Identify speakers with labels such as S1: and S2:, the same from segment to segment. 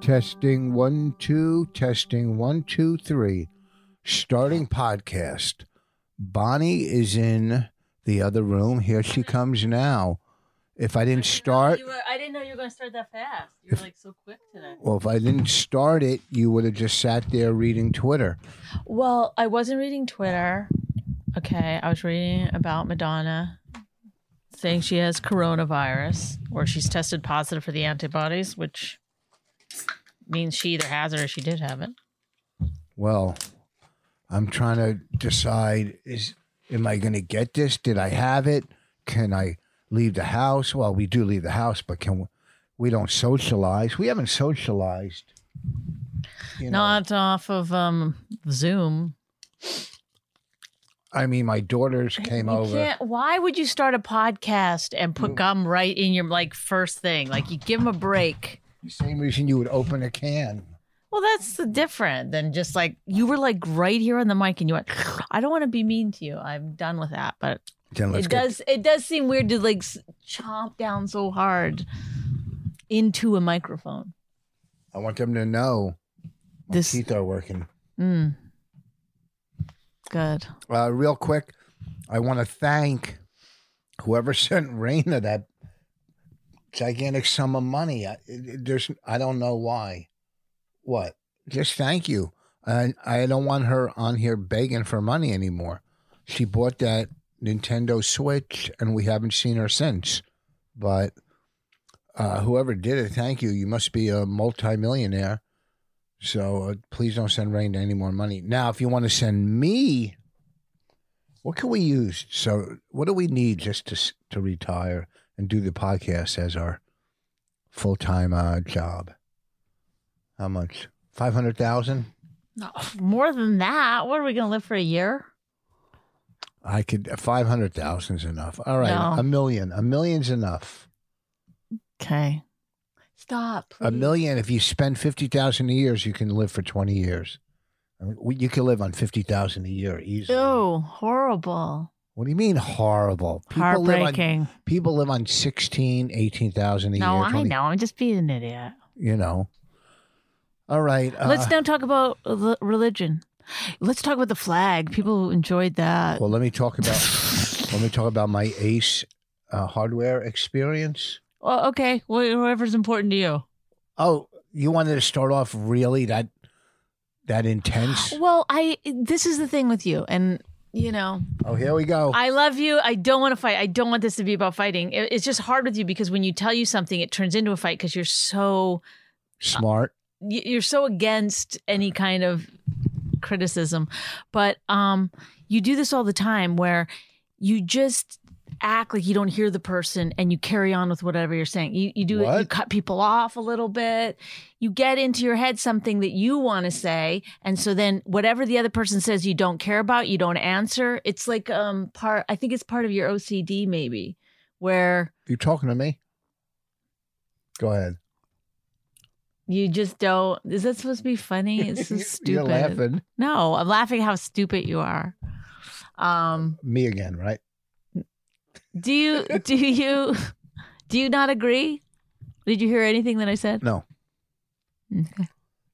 S1: Testing one, two, testing one, two, three. Starting podcast. Bonnie is in the other room. Here she comes now. If I didn't start,
S2: You were- I didn't know you were going to start that fast. You're like so quick today.
S1: well, if I didn't start it, you would have just sat there reading Twitter.
S2: Well, I wasn't reading Twitter. Okay, I was reading about Madonna saying she has coronavirus or she's tested positive for the antibodies, which means she either has it or she did have it.
S1: Well, I'm trying to decide: is am I going to get this? Did I have it? Can I leave the house? Well, we do leave the house, but can we? We don't socialize. We haven't socialized. You know.
S2: Not off of um, Zoom.
S1: I mean, my daughters came
S2: You
S1: over.
S2: can't. Why would you start a podcast and put gum right in your like first thing? Like you give them a break.
S1: The same reason you would open a can.
S2: Well, that's the different than just like you were like right here on the mic and you went, I don't want to be mean to you. I'm done with that. But
S1: Then let's
S2: it
S1: get-
S2: does it does seem weird to like s- chomp down so hard into a microphone.
S1: Oh, I want them to know my
S2: This-
S1: teeth are working.
S2: Mm. Good.
S1: Uh, real quick, I want to thank whoever sent Raina that gigantic sum of money. I, it- it- there's, I don't know why. What? Just thank you. And I don't want her on here begging for money anymore. She bought that Nintendo Switch, and we haven't seen her since. But uh, whoever did it, thank you. You must be a multimillionaire. So uh, please don't send Raina any more money. Now, if you want to send me what can we use? So, what do we need just to s- to retire and do the podcast as our full time uh, job? How much? Five hundred thousand?
S2: No, more than that. What are we gonna live for a year?
S1: I could. uh, Five hundred thousand is enough. All right,
S2: No.
S1: a million. A million's enough.
S2: Okay. Stop.
S1: A million. If you spend fifty thousand a year, you can live for twenty years. I mean, we- You can live on fifty thousand a year easily.
S2: Oh, horrible.
S1: What do you mean horrible? Live on,
S2: Heartbreaking.
S1: people live on sixteen, eighteen thousand a
S2: No,
S1: year.
S2: I
S1: 20
S2: know. I'm just being an idiot.
S1: you know. All right. Uh,
S2: Let's now talk about l- religion. Let's talk about the flag. People enjoyed that.
S1: Well, let me talk about let me talk about my Ace uh, hardware experience.
S2: Well, okay. Well, whoever's important to you.
S1: Oh, you wanted to start off really that that intense?
S2: Well, I. This is the thing with you, and you know,
S1: Oh, here we go.
S2: I uh, love you. I don't want to fight. I don't want this to be about fighting. It- it's just hard with you because when you tell you something, it turns into a fight because you're so
S1: Smart.
S2: y- you're so against any kind of criticism but um you do this all the time where you just act like you don't hear the person and you carry on with whatever you're saying you, you do it you
S1: What?
S2: cut people off a little bit you get into your head something that you want to say and so then whatever the other person says you don't care about you don't answer it's like um part i think it's part of your ocd maybe where
S1: You talking to me? Go ahead.
S2: you just don't is that supposed to be funny it's so stupid
S1: You're laughing.
S2: No, I'm laughing how stupid you are. Um,
S1: Me again, right?
S2: do you do you do you not agree? Did you hear anything that I said?
S1: No.
S2: Okay.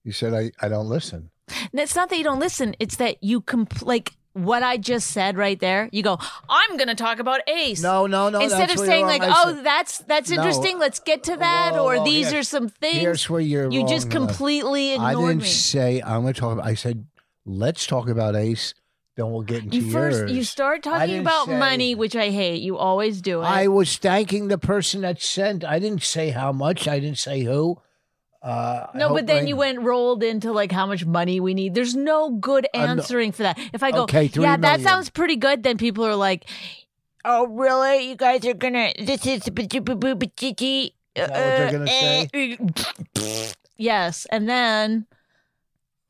S1: You said I, I don't listen.
S2: And It's not that you don't listen. It's that you compl- like what I just said right there. You go, I'm going to talk about Ace.
S1: No, no, no.
S2: Instead
S1: that's
S2: of
S1: where
S2: saying
S1: you're
S2: like,
S1: wrong. I
S2: "Oh,
S1: said-
S2: that's that's
S1: No.
S2: interesting. Let's get to that,"
S1: Whoa,
S2: or
S1: whoa,
S2: "These
S1: here-
S2: are some things,"
S1: here's where you're
S2: you just
S1: wrong, though.
S2: completely
S1: I
S2: ignored
S1: didn't
S2: me.
S1: say I'm going to talk about. I said let's talk about Ace. Then we'll get into
S2: You first you
S1: yours.
S2: start talking
S1: didn't
S2: about
S1: say-
S2: money, which I hate. You always do it.
S1: I was thanking the person that sent. I didn't say how much. I didn't say who. Uh, I
S2: no,
S1: hope
S2: but then
S1: my-
S2: you went rolled into like how much money we need. There's no good
S1: I'm not-
S2: answering for that. If I go,
S1: Uh, Okay, three
S2: yeah, that
S1: million.
S2: sounds pretty good, then people are like, oh, really? You guys are gonna, this is, is
S1: that what they're gonna
S2: say? uh, Yes. And then,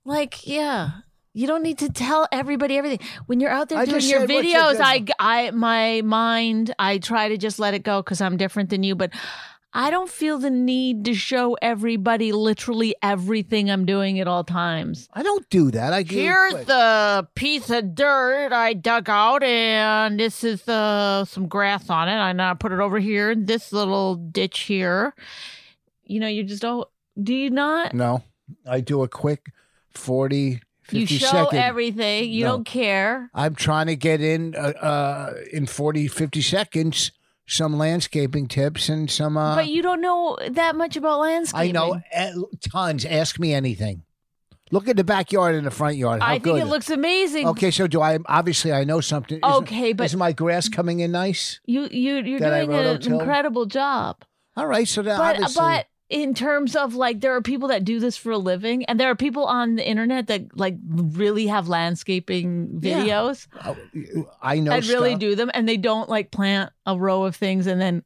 S2: like, yeah. You don't need to tell everybody everything. When you're out there
S1: I
S2: doing
S1: just
S2: your
S1: said what you're
S2: videos, I,
S1: gonna-
S2: I, my mind, I try to just let it go because I'm different than you. But I don't feel the need to show everybody literally everything I'm doing at all times.
S1: I don't do that. I give
S2: Here's
S1: quick.
S2: the piece of dirt I dug out, and this is uh, some grass on it. And I put it over here in this little ditch here. You know, you just don't. Do you not?
S1: no. I do a quick 40, 50
S2: You show
S1: second.
S2: everything. You
S1: No.
S2: don't care.
S1: I'm trying to get in uh, uh, in 40, 50 seconds some landscaping tips and some. Uh,
S2: but you don't know that much about
S1: I
S2: landscaping.
S1: know eh, tons. Ask me anything. Look at the backyard and the front yard. How
S2: I
S1: good
S2: think it looks amazing.
S1: Okay, so do I? Obviously, I know something. Isn't-
S2: Okay, but-
S1: is my grass coming in nice?
S2: You you you're
S1: That I
S2: doing
S1: wrote
S2: an
S1: until-
S2: incredible job.
S1: All right, so that
S2: but
S1: obviously,
S2: but in terms of like there are people that do this for a living and there are people on the internet that like really have landscaping
S1: Yeah.
S2: videos
S1: oh, I know.
S2: that really
S1: stuff.
S2: do them and they don't like plant a row of things and then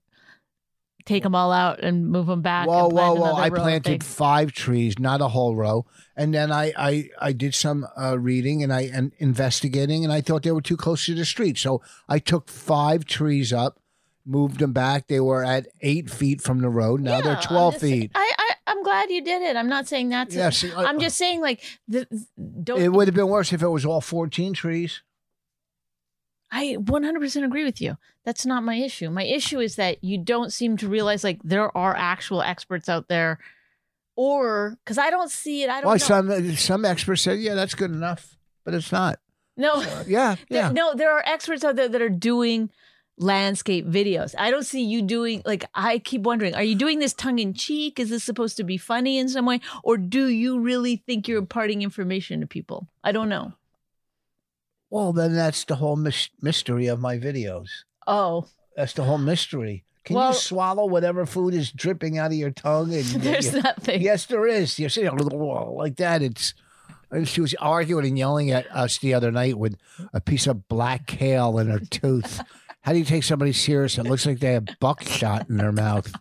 S2: take them all out and move them back
S1: Whoa,
S2: and plant
S1: whoa, whoa!
S2: another
S1: I
S2: row of
S1: planted
S2: things.
S1: five trees, not a whole row, and then I I I did some uh, reading and I and investigating, and I thought they were too close to the street, so I took five trees up, moved them back. They were at eight feet from the road. Now
S2: Yeah,
S1: they're
S2: I'm
S1: twelve
S2: just-
S1: feet.
S2: I, I i'm glad you did it i'm not saying that's
S1: Yeah, see, I- uh,
S2: i'm just saying like the, don't
S1: It would have been worse if it was all fourteen trees.
S2: I 100% agree with you. That's not my issue. My issue is that you don't seem to realize like there are actual experts out there or cuz I don't see it. I don't
S1: Why
S2: know.
S1: some some experts said, yeah, that's good enough, but it's not.
S2: no.
S1: Yeah,
S2: There-
S1: yeah.
S2: No, there are experts out there that are doing landscape videos. I don't see you doing like I keep wondering, are you doing this tongue in cheek? Is this supposed to be funny in some way or do you really think you're imparting information to people? I don't know.
S1: Well, then that's the whole mys- mystery of my videos.
S2: Oh,
S1: That's the whole mystery. Can
S2: Well-
S1: you swallow whatever food is dripping out of your tongue? And
S2: there's nothing.
S1: yes, there is. You're sitting like that. It's and she was arguing and yelling at us the other night with a piece of black kale in her tooth. How do you take somebody serious? It looks like they have buckshot in their mouth.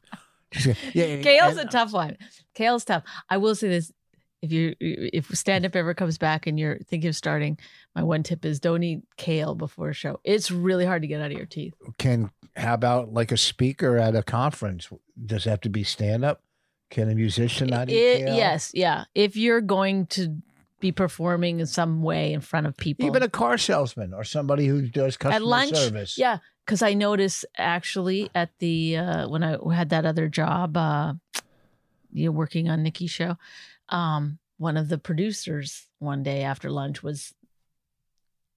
S1: She said, yeah,
S2: Kale's
S1: and-
S2: a tough one. Kale's tough. I will say this: if you if stand up ever comes back and you're thinking of starting, my one tip is don't eat kale before a show. It's really hard to get out of your teeth.
S1: can how about like a speaker at a conference? Does it have to be stand up? Can a musician not eat
S2: It-
S1: kale?
S2: yes, yeah. If you're going to be performing in some way in front of people,
S1: Even a car salesman or somebody who does customer
S2: at lunch,
S1: service.
S2: yeah. Because I notice actually at the uh, when I had that other job, uh, you know, working on Nikki's show, um, one of the producers one day after lunch was,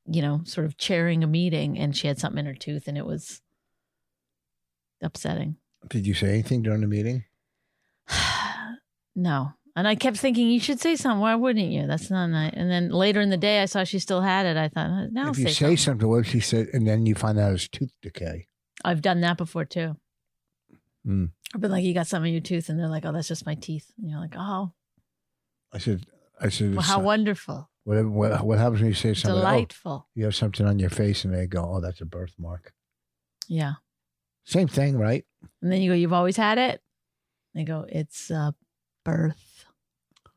S2: you know, sort of chairing a meeting, and she had something in her tooth, and it was upsetting.
S1: Did you say anything during the meeting?
S2: no. And I kept thinking, you should say something. Why wouldn't you? That's not nice. And then later in the day, I saw she still had it. I thought, now
S1: if
S2: say,
S1: you say
S2: something.
S1: something, what if she said, and then you find out it's tooth decay?
S2: I've done that before too.
S1: Hmm.
S2: I've been like, you got something in your tooth, and they're like, oh, that's just my teeth. And you're like, oh,
S1: I said, I said,
S2: well, how wonderful,
S1: what, what, what happens when you say something? Oh,
S2: delightful.
S1: you have something on your face, and they go, oh, that's a birthmark.
S2: Yeah.
S1: Same thing, right?
S2: And then you go, you've always had it. They go, it's a birth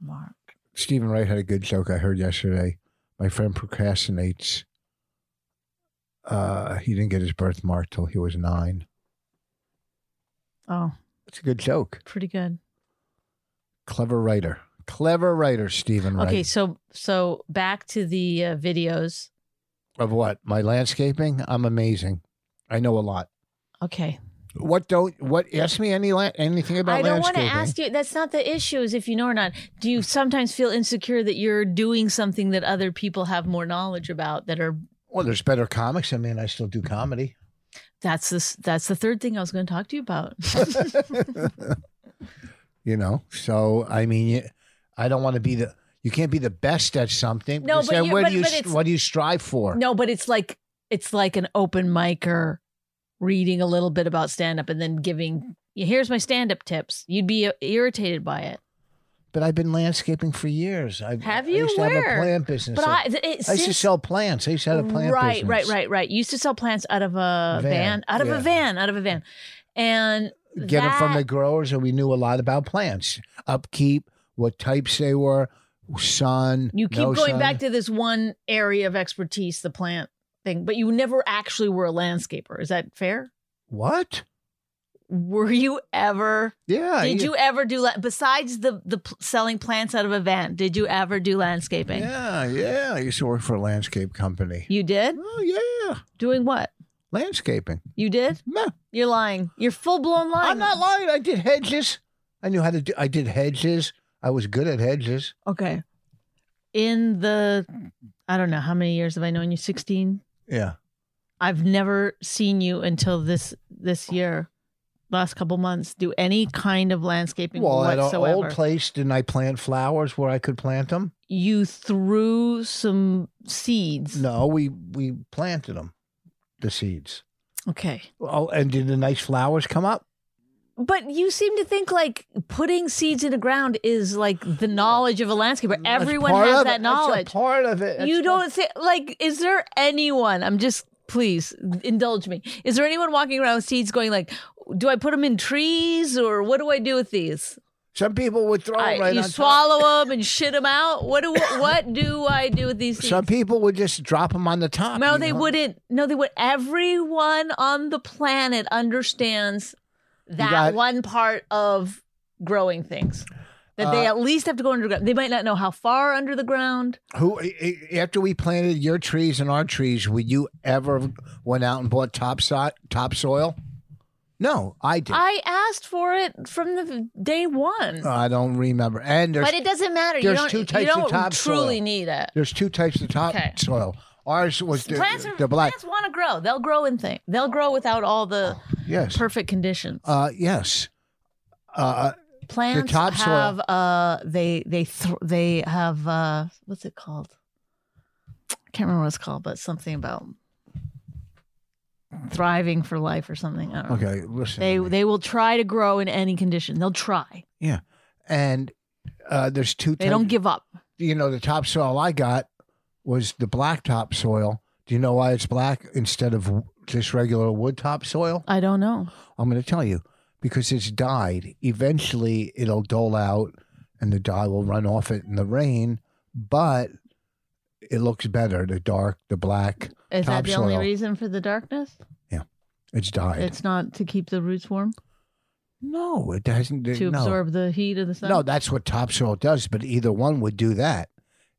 S2: mark.
S1: Stephen Wright had a good joke I heard yesterday. My friend procrastinates. Uh, he didn't get his birthmark till he was nine.
S2: Oh,
S1: It's a good joke.
S2: pretty good.
S1: Clever writer. Clever writer, Stephen Wright.
S2: Okay, so so back to the uh, videos.
S1: Of what? My landscaping? I'm amazing. I know a lot.
S2: Okay,
S1: What don't what ask me any la- anything about
S2: I don't want to
S1: landscaping.
S2: ask you. That's not the issue. Is if you know or not. Do you sometimes feel insecure that you're doing something that other people have more knowledge about that are
S1: Well, there's better comics. I mean, I still do comedy.
S2: That's this. That's the third thing I was going to talk to you about.
S1: you know, so I mean, you- I don't want to be the You can't be the best at something.
S2: No,
S1: because
S2: but
S1: then
S2: you-
S1: what
S2: but-
S1: do you
S2: but
S1: s-
S2: it's-
S1: what do you strive for?
S2: No, but it's like it's like an open micer reading a little bit about stand up and then giving here's my stand up tips. You'd be uh, irritated by it.
S1: But I've been landscaping for years. I've,
S2: Have
S1: I
S2: you?
S1: used to have
S2: Where?
S1: a plant business.
S2: But
S1: I,
S2: I, it,
S1: I used to
S2: since-
S1: sell plants. I used to have a plant
S2: right,
S1: business.
S2: right, right, right. You Used to sell plants out of a
S1: Van,
S2: van, out of
S1: yeah.
S2: a van, out of a van, and
S1: Get them from
S2: that-
S1: the growers, and we knew a lot about plants, upkeep, what types they were, sun.
S2: You keep
S1: no
S2: going
S1: sun.
S2: back to this one area of expertise, the plant thing, but you never actually were a landscaper. Is that fair?
S1: what?
S2: Were you ever?
S1: Yeah.
S2: Did you ever do la- besides the the pl- selling plants out of a van? Did you ever do landscaping?
S1: Yeah, yeah. I used to work for a landscape company.
S2: You did
S1: Oh yeah,
S2: doing what?
S1: landscaping.
S2: You did?
S1: Meh.
S2: You're lying. You're full blown lying.
S1: I'm not lying. I did hedges. I knew how to do. I did hedges. I was good at hedges.
S2: Okay. In the, I don't know how many years have I known you? Sixteen.
S1: Yeah.
S2: I've never seen you until this this year, last couple months, do any kind of landscaping
S1: Well, at an
S2: whatsoever.
S1: old place, didn't I plant flowers where I could plant them?
S2: you threw some seeds.
S1: No, we we planted them, the seeds.
S2: Okay.
S1: Oh, and did the nice flowers come up?
S2: But you seem to think like putting seeds in the ground is like the knowledge of a landscaper.
S1: That's
S2: Everyone
S1: part
S2: has
S1: of it. That's a
S2: that knowledge.
S1: part of it. That's
S2: you
S1: part-
S2: don't say like is there anyone i'm just please indulge me is there anyone walking around with seeds going like do i put them in trees or what do i do with these
S1: Some people would throw 'em
S2: I-
S1: right
S2: you
S1: on top.
S2: swallow them and shit them out what do what do i do with these seeds
S1: Some people would just drop them on the top.
S2: no
S1: you
S2: they
S1: know?
S2: wouldn't no they would everyone on the planet understands that
S1: got-
S2: one part of growing things that they
S1: Uh,
S2: at least have to go underground they might not know how far under the ground
S1: Who a- a- after we planted your trees and our trees, would you ever have went out and bought top so- topsoil? No, I did. I,
S2: I asked for it from the day one.
S1: don't remember. And Oh, there's
S2: but it doesn't matter. You
S1: there's
S2: don't,
S1: two types
S2: you
S1: of
S2: don't
S1: topsoil.
S2: truly need it.
S1: there's two types of
S2: Okay.
S1: topsoil. Ours was the,
S2: plants,
S1: the black.
S2: want to grow. They'll grow in things. They'll grow without all the
S1: Yes.
S2: perfect conditions.
S1: Uh, yes. Uh,
S2: plants
S1: topsoil-
S2: have uh they they th- they have uh what's it called? I can't remember what it's called, but something about thriving for life or something. I don't know.
S1: uh, okay. Listen.
S2: They
S1: to me.
S2: they will try to grow in any condition. They'll try.
S1: yeah. And uh, there's two.
S2: They
S1: types-
S2: don't give up.
S1: You know, the topsoil I got was the black topsoil. Do you know why it's black instead of w- just regular wood topsoil?
S2: I don't know.
S1: I'm going to tell you because it's dyed. Eventually, it'll dull out and the dye will run off it in the rain, but it looks better the dark, the black.
S2: Is that the only
S1: Topsoil.
S2: reason for the darkness?
S1: It's dyed.
S2: It's not to keep the roots warm
S1: no, it doesn't.
S2: to
S1: Eh, no.
S2: absorb the heat of the sun.
S1: no, that's what topsoil does, but either one would do that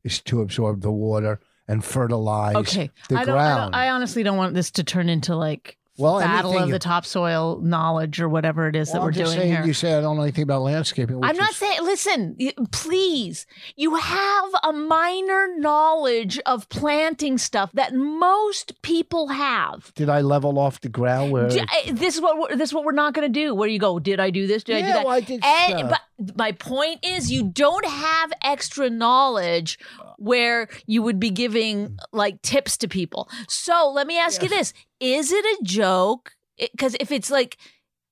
S1: is to absorb the water and fertilize
S2: okay.
S1: the
S2: I don't, I
S1: ground.
S2: don't. I honestly don't want this to turn into like
S1: well,
S2: battle
S1: anything
S2: of
S1: you-
S2: the topsoil knowledge or whatever it is that
S1: Well,
S2: we're
S1: I'm just
S2: doing
S1: saying,
S2: here.
S1: You say I don't know anything about landscaping.
S2: I'm
S1: which
S2: not
S1: is-
S2: saying. Listen, y- please. You have a minor knowledge of planting stuff that most people have.
S1: Did I level off the ground where?
S2: Do- I- eh, this is what we're, this is what we're not going to do. Where you go? Did I do this? Did I do
S1: Yeah,
S2: that?
S1: well, I did
S2: And,
S1: stuff.
S2: but my point is, you don't have extra knowledge where you would be giving like tips to people. So let me ask you this: Is it a joke? Because if it's like,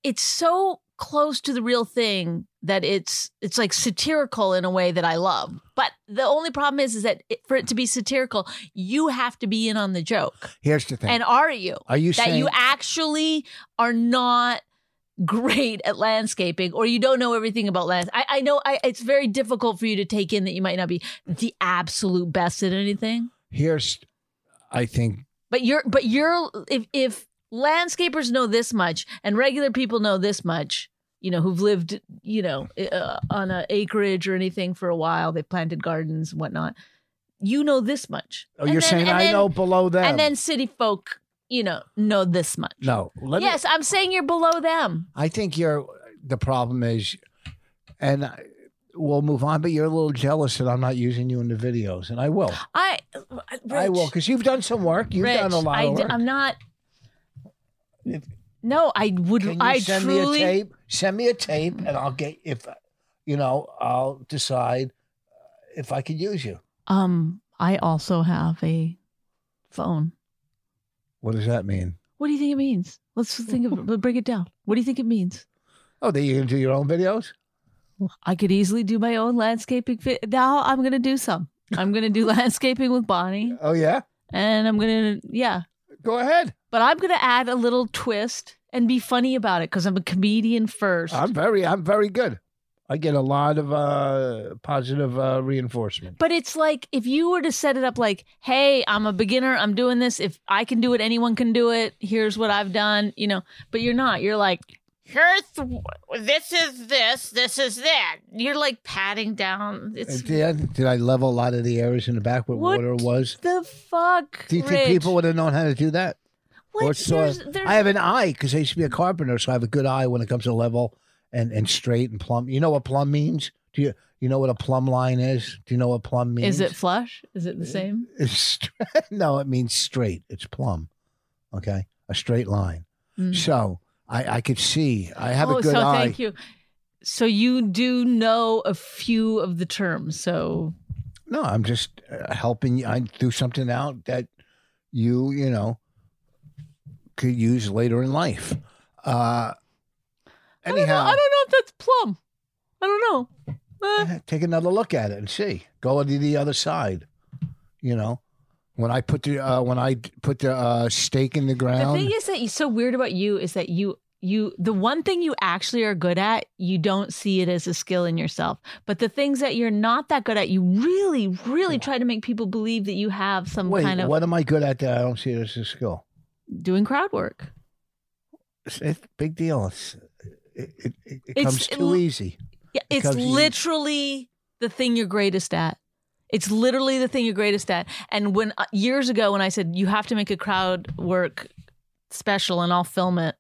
S2: it's so close to the real thing that it's it's like satirical in a way that I love. But the only problem is, is that it, for it to be satirical, you have to be in on the joke.
S1: Here's the thing.
S2: And are you?
S1: Are you
S2: that
S1: saying
S2: you actually are not great at landscaping or you don't know everything about lands I, I know I, it's very difficult for you to take in that you might not be the absolute best at anything
S1: here's i think
S2: but you're but you're if if landscapers know this much and regular people know this much you know who've lived you know uh, on an acreage or anything for a while they've planted gardens and whatnot you know this much
S1: oh
S2: And
S1: you're
S2: then-
S1: saying
S2: and
S1: i
S2: then-
S1: know below them
S2: and then city folk you know know this much
S1: no let me-
S2: yes i'm saying you're below them
S1: i think you're the problem is and I, we'll move on but you're a little jealous that i'm not using you in the videos and i will
S2: I, Rich,
S1: i will because you've done some work you've
S2: Rich,
S1: done a lot
S2: I,
S1: of work
S2: am not.
S1: If-
S2: No, I would.
S1: can you
S2: I
S1: send
S2: truly.
S1: me a tape send me a tape and i'll get if you know i'll decide uh, if I could use you.
S2: Um, I also have a phone.
S1: What does that mean?
S2: What do you think it means? Let's think of let's break it down. What do you think it means?
S1: Oh, that you can do your own videos?
S2: I could easily do my own landscaping. fi- now I'm gonna do some. I'm gonna do landscaping with Bonnie,
S1: Oh, yeah?
S2: and I'm gonna yeah.
S1: Go ahead.
S2: But I'm gonna add a little twist and be funny about it because I'm a comedian 1st
S1: I'm very, I'm very good. I get a lot of uh, positive uh, reinforcement.
S2: But it's like if you were to set it up like, hey, I'm a beginner, I'm doing this. If I can do it, anyone can do it. Here's what I've done, you know. But you're not. You're like, here's this is this, this is that. You're like patting down. It's
S1: At the end, did I level a lot of the areas in the back where
S2: What
S1: water was?
S2: the fuck.
S1: Do you think
S2: Rich?
S1: people would have known how to do that?
S2: What?
S1: Or saw-
S2: There's- there's-
S1: I have an eye because I used to be a carpenter, so I have a good eye when it comes to level and, and straight and plumb. You know what plumb means? Do you you know what a plumb line is? Do you know what plumb means?
S2: Is it flush? Is it the same?
S1: It's stra- no, it means straight. It's plumb. Okay, a straight line.
S2: Mm.
S1: So I I could see. I have
S2: oh,
S1: a good
S2: so
S1: eye.
S2: thank you. So you do know a few of the terms. So
S1: No, I'm just uh, helping you. I threw something out that you, you know, could use later in life. Uh, anyhow,
S2: I don't know. I don't know if that's plum. I don't know. Eh.
S1: take another look at it and see. Go to the other side. You know, when I put the uh, when I d- put the uh, stake in the
S2: The
S1: ground,
S2: thing is that you so weird about you is that you you the one thing you actually are good at, you don't see it as a skill in yourself. But the things that you're not that good at, you really, really try to make people believe that you have some
S1: wait,
S2: kind of
S1: what am I good at that I don't see it as a skill?
S2: doing crowd work.
S1: It's, it's a big deal. It's, it it, it, it
S2: It's-
S1: comes
S2: it
S1: too
S2: l-
S1: easy.
S2: Yeah, it's
S1: Because you-
S2: literally the thing you're greatest at. It's literally the thing you're greatest at. And when uh, years ago, when I said you have to make a crowd work special and I'll film it,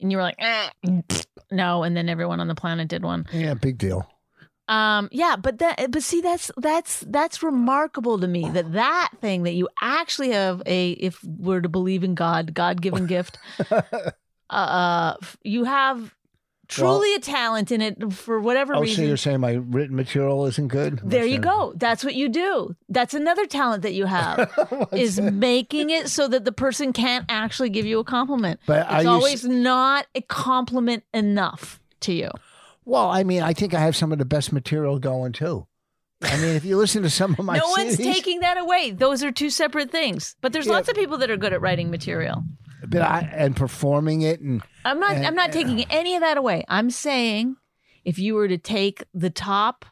S2: and you were like, "Eh, pfft, no, and then everyone on the planet did one.
S1: Yeah, big deal.
S2: Um, yeah, but that, but see, that's that's that's remarkable to me that that thing that you actually have a, if we're to believe in God, God given gift, uh, uh, f- you have truly a talent in it for whatever
S1: Oh, so
S2: reason.
S1: you're saying my written material isn't good?
S2: there you
S1: Understand.
S2: go. That's what you do. That's another talent that you have
S1: What's
S2: is
S1: that?
S2: making it so that the person can't actually give you a compliment.
S1: But
S2: it's
S1: I used-
S2: always not a compliment enough to you.
S1: Well, I mean, I think I have some of the best material going too. I mean, if you listen to some of my
S2: no one's
S1: CDs,
S2: taking that away. Those are two separate things. But there's
S1: Yeah.
S2: lots of people that are good at writing material.
S1: but I, and performing it, and
S2: I'm not
S1: And-
S2: I'm not taking any of that away. I'm saying if you were to take the top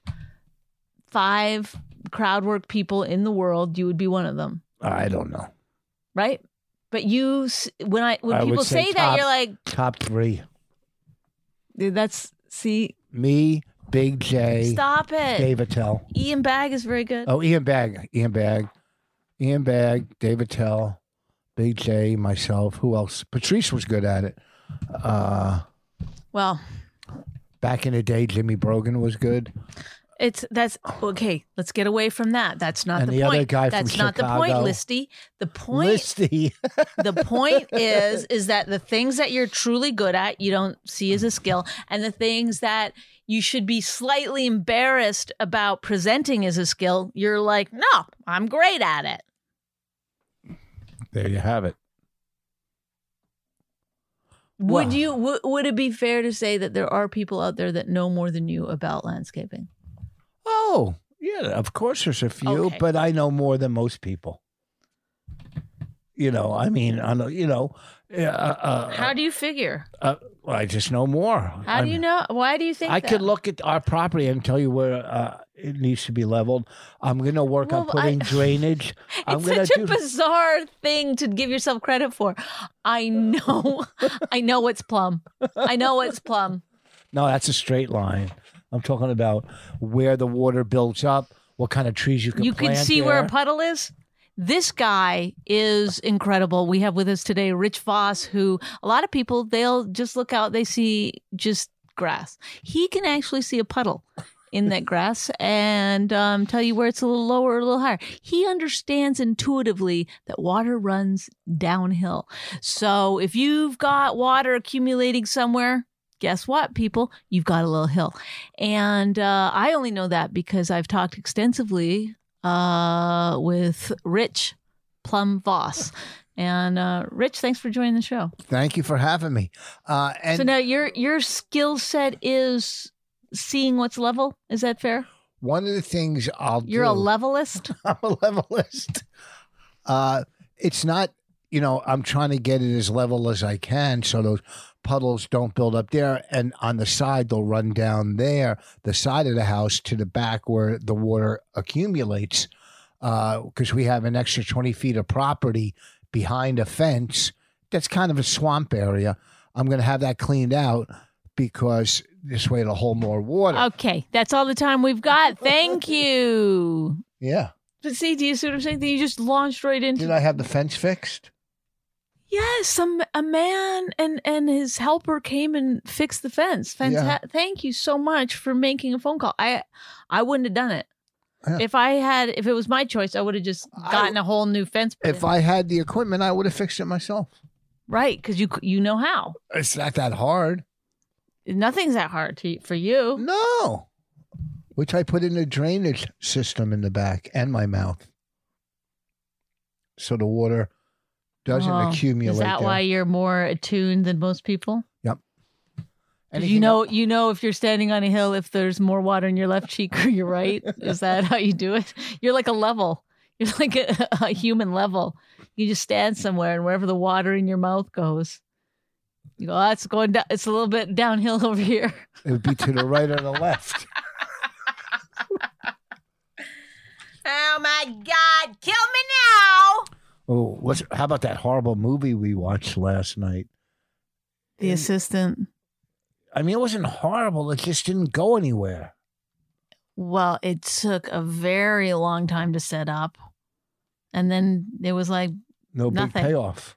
S2: 5 crowd work people in the world, you would be one of them,
S1: I don't know,
S2: right? But you s- when I when
S1: I would
S2: people
S1: say
S2: say, that
S1: top.
S2: you're like
S1: top three:
S2: "Dude, that's see
S1: me, Big J,
S2: stop it.
S1: Dave Attell.
S2: Ian Bag is very good.
S1: Oh, Ian Bag, Ian Bag, Ian Bag, Dave Attell, Big J, myself. Who else? Patrice was good at it. Uh,
S2: Well,
S1: back in the day, Jimmy Brogan was good.
S2: It's that's okay. Let's get away from that. That's not
S1: And
S2: the,
S1: the
S2: point.
S1: other guy from
S2: that's not the point,
S1: Chicago.
S2: Listy. The point.
S1: Listy.
S2: The point is is that the things that you're truly good at, you don't see as a skill, and the things that you should be slightly embarrassed about presenting as a skill, you're like, no, I'm great at it.
S1: there you have it.
S2: Would
S1: Wow.
S2: you? W- would it be fair to say that there are people out there that know more than you about landscaping?
S1: Oh, yeah, of course there's a few,
S2: Okay.
S1: but I know more than most people. You know, I mean, I know, you know, uh, uh,
S2: How do you figure?
S1: uh, I just know more.
S2: How do you know? Why do you think
S1: I
S2: that?
S1: could look at our property and tell you where uh, it needs to be leveled. I'm going to work on
S2: Well, I-
S1: putting drainage. I'm
S2: It's
S1: gonna
S2: such a
S1: do.
S2: bizarre thing to give yourself credit for. I know, I know what's plum. I know what's plum.
S1: no, that's a straight line. I'm talking about where the water builds up, what kind of trees you can.
S2: You can
S1: plant
S2: see where a
S1: there.
S2: puddle is. This guy is incredible. We have with us today Rich Voss, who a lot of people they'll just look out, they see just grass. He can actually see a puddle in that grass and um, tell you where it's a little lower or a little higher. He understands intuitively that water runs downhill. So if you've got water accumulating somewhere, guess what, people? You've got a little hill. And uh, I only know that because I've talked extensively uh, with Rich Plum Voss. And uh, Rich, thanks for joining the show.
S1: Thank you for having me. Uh, and
S2: so now your your skill set is seeing what's level. Is that fair?
S1: one of the things I'll
S2: You're
S1: do,
S2: a levelist.
S1: I'm a levelist. Uh, it's not, you know, I'm trying to get it as level as I can so those puddles don't build up there. And on the side, they'll run down there, the side of the house to the back where the water accumulates. Because we have an extra 20 feet of property behind a fence that's kind of a swamp area. I'm going to have that cleaned out because this way it'll hold more water.
S2: okay, that's all the time we've got. Thank you.
S1: yeah.
S2: But see, do you see what I'm saying? You just launched right into
S1: Did I have the fence fixed?
S2: Yes, some a man and and his helper came and fixed the fence. Fanta-
S1: Yeah.
S2: Thank you so much for making a phone call. I I wouldn't have done it
S1: Yeah.
S2: if I had if it was my choice. I would have just
S1: I-
S2: gotten a whole new fence. put
S1: If
S2: in.
S1: I had the equipment, I would have fixed it myself.
S2: right, because you c- you know how
S1: It's not that hard.
S2: nothing's that hard to, for you.
S1: No. Which I put in a drainage system in the back and my mouth. So the water doesn't
S2: Oh,
S1: accumulate.
S2: Is that
S1: there.
S2: why you're more attuned than most people? 'Cause
S1: Anything
S2: You know, you know if you're standing on a hill, if there's more water in your left cheek or your right, is that how you do it? You're like a level. You're like a, a human level. You just stand somewhere, and wherever the water in your mouth goes, you go. Oh, it's going down. It's a little bit downhill over here.
S1: It would be to the right or the left.
S2: Oh my God! Kill me now.
S1: Oh, what's how about that horrible movie we watched last night?
S2: The assistant.
S1: I mean, it wasn't horrible. It just didn't go anywhere.
S2: Well, it took a very long time to set up, and then it was like
S1: No big
S2: Nothing.
S1: payoff.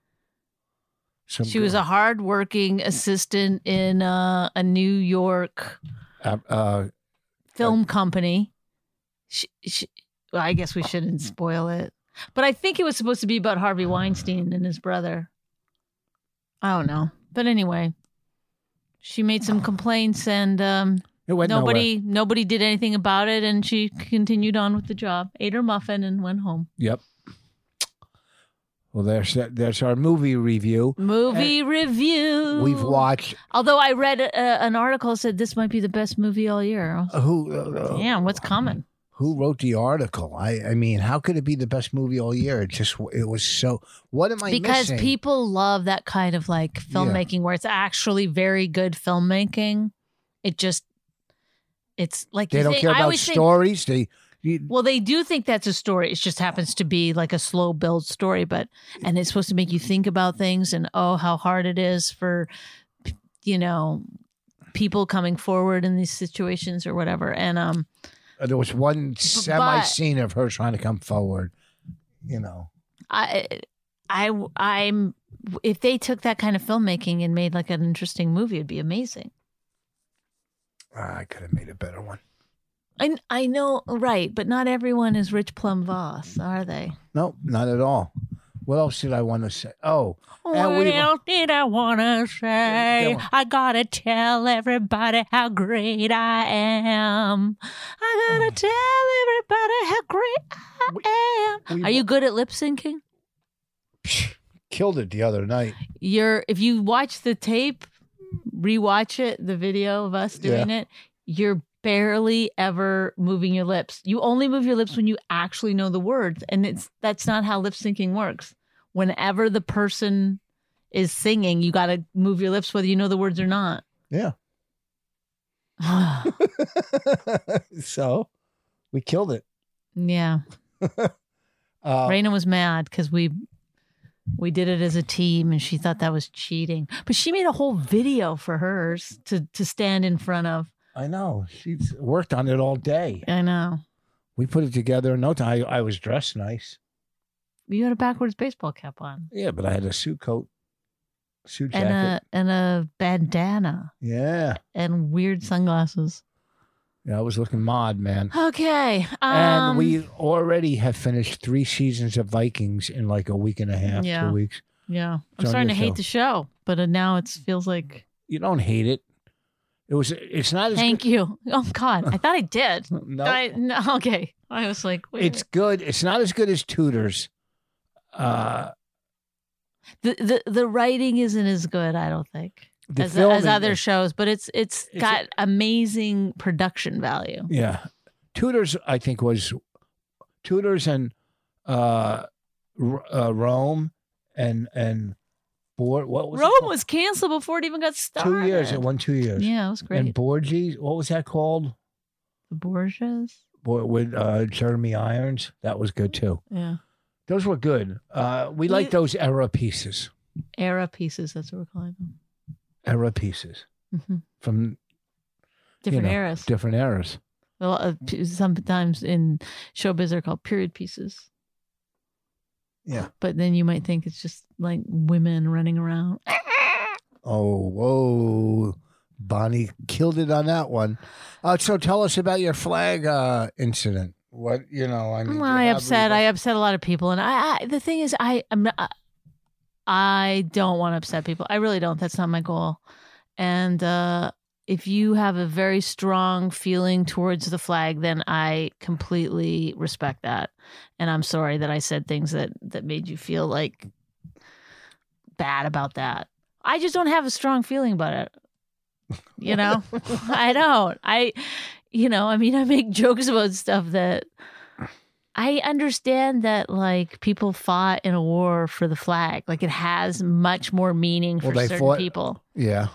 S1: Some
S2: She was a
S1: girl-
S2: hardworking assistant in uh, a New York
S1: uh, uh,
S2: film company. She, she, well, I guess we shouldn't
S1: Mm.
S2: spoil it, but I think it was supposed to be about Harvey Weinstein and his brother. I don't know, but anyway, she made some complaints, and um,
S1: it went nowhere.
S2: nobody nobody did anything about it, and she continued on with the job, ate her muffin, and went home.
S1: Yep. Well, there's that, there's our movie review.
S2: Movie review.
S1: We've watched
S2: Although I read uh an article that said this might be the best movie all year.
S1: who uh,
S2: Yeah, what's coming?
S1: who wrote the article. I I mean, how could it be the best movie all year? It just it was so. What am I
S2: Because
S1: missing?
S2: people love that kind of like filmmaking where it's actually very good filmmaking. It just, it's like
S1: they
S2: you
S1: don't
S2: think-
S1: care
S2: I
S1: about
S2: always think-
S1: stories. they you,
S2: well, they do think that's a story. It just happens to be like a slow build story, but and it's supposed to make you think about things and oh, how hard it is for you know people coming forward in these situations or whatever. And um,
S1: uh, there was one semi scene of her trying to come forward. You know,
S2: I, I, I'm. If they took that kind of filmmaking and made like an interesting movie, it'd be amazing.
S1: Ah, I could have made a better one.
S2: I, I know, right? But not everyone is Rich Plum Voss, are they?
S1: No, not at all. What else did I want to say? Oh, and
S2: What
S1: we-
S2: else did I wanna say?
S1: Go on.
S2: I gotta tell everybody how great I am. I gotta tell everybody how great I am.
S1: we-
S2: Are you good at lip syncing?
S1: killed it the other night.
S2: you're if you watch the tape, rewatch it, the video of us doing it, you're barely ever moving your lips. You only move your lips when you actually know the words, and it's that's not how lip syncing works. Whenever the person is singing, you got to move your lips whether you know the words or not.
S1: Yeah. so, we killed it.
S2: yeah,
S1: Uh,
S2: Raina was mad cuz we we did it as a team and she thought that was cheating. But she made a whole video for hers to to stand in front of.
S1: I know. She's worked on it all day.
S2: I know.
S1: We put it together in no time. I, I was dressed nice.
S2: You had a backwards baseball cap on
S1: Yeah, but I had a suit coat, suit jacket.
S2: and uh, a and a bandana
S1: yeah.
S2: and weird sunglasses.
S1: yeah. I was looking mod, man.
S2: Okay, um,
S1: and we already have finished three seasons of Vikings in like a week and a half,
S2: Yeah.
S1: two weeks.
S2: yeah. I'm
S1: John,
S2: starting to
S1: your show.
S2: hate the show, but uh, now it feels like
S1: You don't hate it. It was. It's not as.
S2: Thank you. Oh God, I thought I did.
S1: good. No,
S2: I, no, okay. I was like, wait.
S1: it's good. It's not as good as Tudors. Uh,
S2: the, the the writing isn't as good. I don't think
S1: the
S2: as,
S1: filming
S2: as other
S1: is-
S2: shows, but it's it's
S1: It's a-
S2: got amazing production value.
S1: Yeah, Tudors. I think was Tudors and uh, R- uh Rome and and Bor. What was it
S2: Rome
S1: called?
S2: was canceled before it even got started.
S1: two years. It won two years.
S2: Yeah, it was great.
S1: And Borgies. What was that called?
S2: the Borgias.
S1: Boy, with uh, Jeremy Irons. That was good too.
S2: Yeah.
S1: Those were good. Uh, we like
S2: You-
S1: those era pieces.
S2: Era pieces. That's what we're calling them.
S1: Era pieces
S2: Mhm.
S1: from
S2: Different
S1: know,
S2: eras.
S1: different eras.
S2: Well, uh, p- sometimes in showbiz they're called period pieces.
S1: Yeah.
S2: But then you might think it's just like women running around.
S1: Oh, whoa. Bonnie killed it on that one. Uh, so tell us about your flag uh, incident. What, you know, I mean.
S2: Well,
S1: you
S2: I
S1: have
S2: upset. I
S1: reasons.
S2: upset a lot of people, and I, I the thing is, I am not. I don't want to upset people. I really don't. That's not my goal. And uh, if you have a very strong feeling towards the flag, then I completely respect that. And I'm sorry that I said things that that made you feel like bad about that. I just don't have a strong feeling about it. You know, I don't. I, you know, I mean, I make jokes about stuff that I understand that like people fought in a war for the flag. Like it has much more meaning for
S1: Well, they
S2: certain
S1: fought-
S2: people.
S1: Yeah.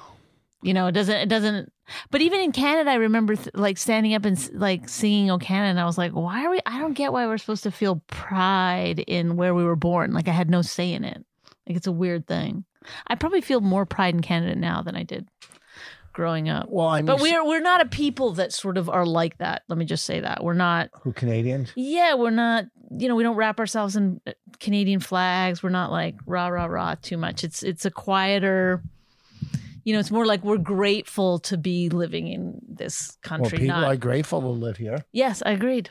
S2: You know, it doesn't it doesn't but even in Canada I remember th- like standing up and s- like singing O Canada and I was like, "Why are we I don't get why we're supposed to feel pride in where we were born." Like I had no say in it. Like it's a weird thing. I probably feel more pride in Canada now than I did growing up.
S1: Well, I mean,
S2: But we're we're not a people that sort of are like that. Let me just say that. We're not
S1: who Canadians?
S2: yeah, we're not, you know, we don't wrap ourselves in uh, Canadian flags. We're not like rah rah rah too much. It's it's a quieter you know, it's more like we're grateful to be living in this
S1: Well,
S2: country.
S1: people
S2: not,
S1: are grateful to live here.
S2: yes, I agreed.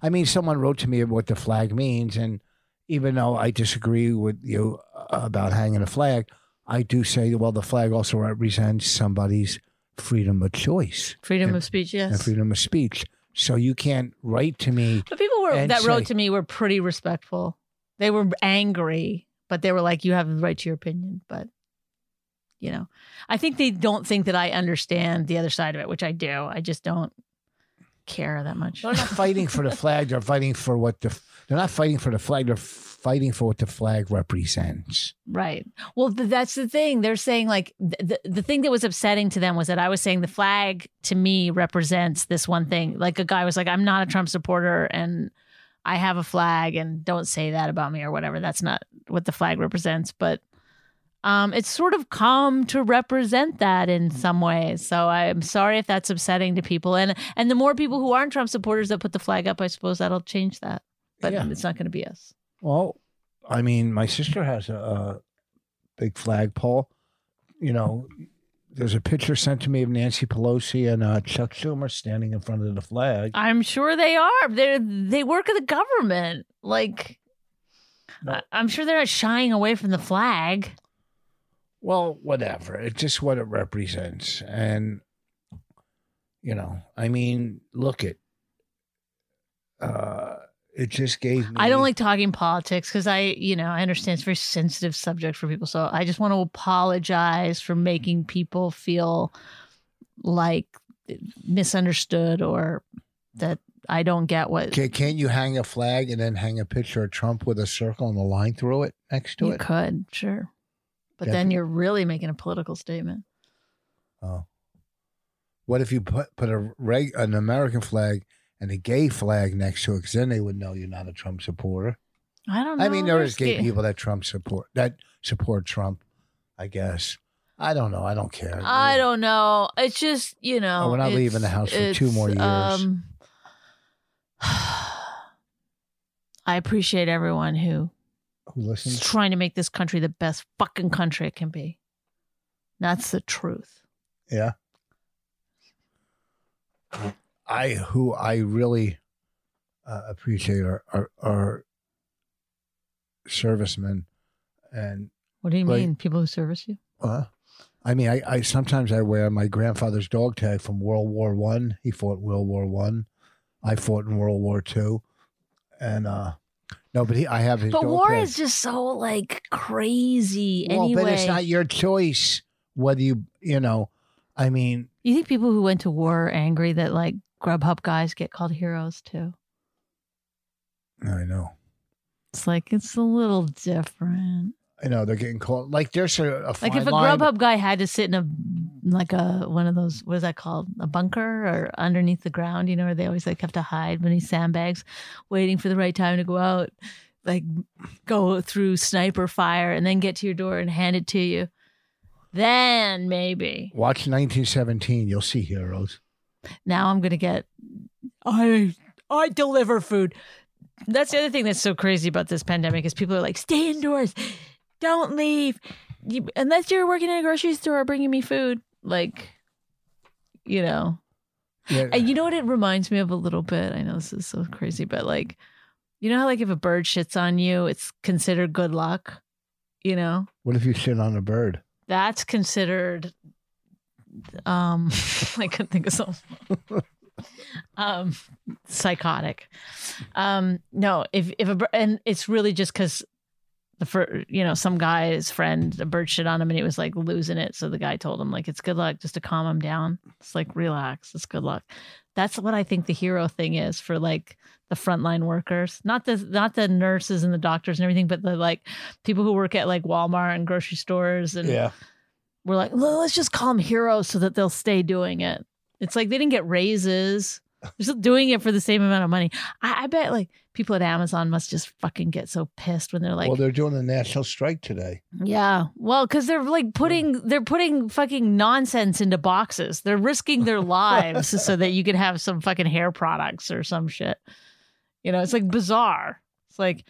S1: I mean, someone wrote to me what the flag means, and even though I disagree with you uh, about hanging a flag, I do say, well, the flag also represents somebody's freedom of choice
S2: Freedom of speech,
S1: and
S2: yes.
S1: freedom of speech. So you can't write to me.
S2: But people were
S1: and
S2: that
S1: say-
S2: wrote to me were pretty respectful. They were angry, but they were like, "You have the right to your opinion." But you know, I think they don't think that I understand the other side of it, which I do. I just don't care that much.
S1: They're not fighting for the flag. They're fighting for what the. They're not fighting for the flag. They're fighting for what the flag represents.
S2: Right. Well, th- that's the thing. They're saying like th- the the thing that was upsetting to them was that I was saying the flag to me represents this one thing. Like a guy was like, "I'm not a Trump supporter, and I have a flag, and don't say that about me or whatever." That's not what the flag represents, but um, it's sort of come to represent that in some ways. So I'm sorry if that's upsetting to people, and and the more people who aren't Trump supporters that put the flag up, I suppose that'll change that. But
S1: Yeah.
S2: it's not going to be us.
S1: Well, I mean, my sister has a, a big flagpole. You know, there's a picture sent to me of Nancy Pelosi and uh, Chuck Schumer standing in front of the flag.
S2: I'm sure they are. They they work at the government. Like,
S1: No.
S2: I- I'm sure they're not shying away from the flag.
S1: Well, whatever. It's just what it represents, and you know, I mean, look it. Uh, it just gave me.
S2: I don't like talking politics because I, you know, I understand it's a very sensitive subject for people. So I just want to apologize for making people feel like misunderstood or that I don't get what
S1: Can, can't you hang a flag and then hang a picture of Trump with a circle and a line through it next to
S2: you
S1: it?
S2: could. Sure, but
S1: Yeah.
S2: then you're really making a political statement.
S1: Oh. What if you put put a reg, an American flag and a gay flag next to it? Because then they would know you're not a Trump supporter.
S2: I don't. know.
S1: I mean, there
S2: There's
S1: is gay
S2: ga-
S1: people that Trump support that support Trump. I guess I don't know. I don't care.
S2: I don't know. It's just you know.
S1: Oh, we're not
S2: it's-
S1: leaving the house for two
S2: it's,
S1: more years.
S2: Um, I appreciate everyone who
S1: Who
S2: is
S1: listens?
S2: trying to make this country the best fucking country it can be. That's the truth.
S1: Yeah. I who I really uh, appreciate are, are are servicemen and
S2: What do you
S1: Like-
S2: mean, people who service you?
S1: uh, I mean, I, I sometimes I wear my grandfather's dog tag from World War One. He fought World War One. I. fought in World War Two, and uh, no, but he, I have his.
S2: But
S1: dog
S2: war
S1: tag.
S2: is just so like crazy.
S1: well,
S2: anyway,
S1: but it's not your choice whether you you know. I mean,
S2: you think people who went to war are angry that like Grubhub guys get called heroes too?
S1: I know,
S2: It's like it's a little different.
S1: I know they're getting called. Like there's a, a
S2: Like
S1: fine
S2: if a
S1: line-
S2: Grubhub guy had to sit in a like a one of those what is that called a bunker or underneath the ground, you know, where they always like have to hide beneath sandbags, waiting for the right time to go out, like go through sniper fire and then get to your door and hand it to you. Then maybe
S1: Watch 1917. You'll see heroes.
S2: now I'm gonna get I I deliver food. That's the other thing that's so crazy about this pandemic is people are like, stay indoors, don't leave, you, unless you're working in a grocery store or bringing me food. Like, you know,
S1: Yeah,
S2: and Uh, you know what it reminds me of a little bit. I know this is so crazy, but like, you know how like if a bird shits on you, it's considered good luck. You know,
S1: what if you sit on a bird?
S2: that's considered um i couldn't think of something um psychotic um no if if a bir- and it's really just because the fir- you know some guy's friend a bird shit on him and he was like losing it so the guy told him like it's good luck just to calm him down it's like relax it's good luck that's what i think the hero thing is for like the frontline workers not the not the nurses and the doctors and everything but the like people who work at like walmart and grocery stores and we're like, "Well, let's just call them heroes so that they'll stay doing it. It's like they didn't get raises. They're still doing it for the same amount of money. I, I bet like people at Amazon must just fucking get so pissed when they're like,
S1: well, they're doing a national strike today.
S2: yeah, well, because they're like putting they're putting fucking nonsense into boxes. They're risking their lives so that you can have some fucking hair products or some shit. You know, it's like bizarre. It's like,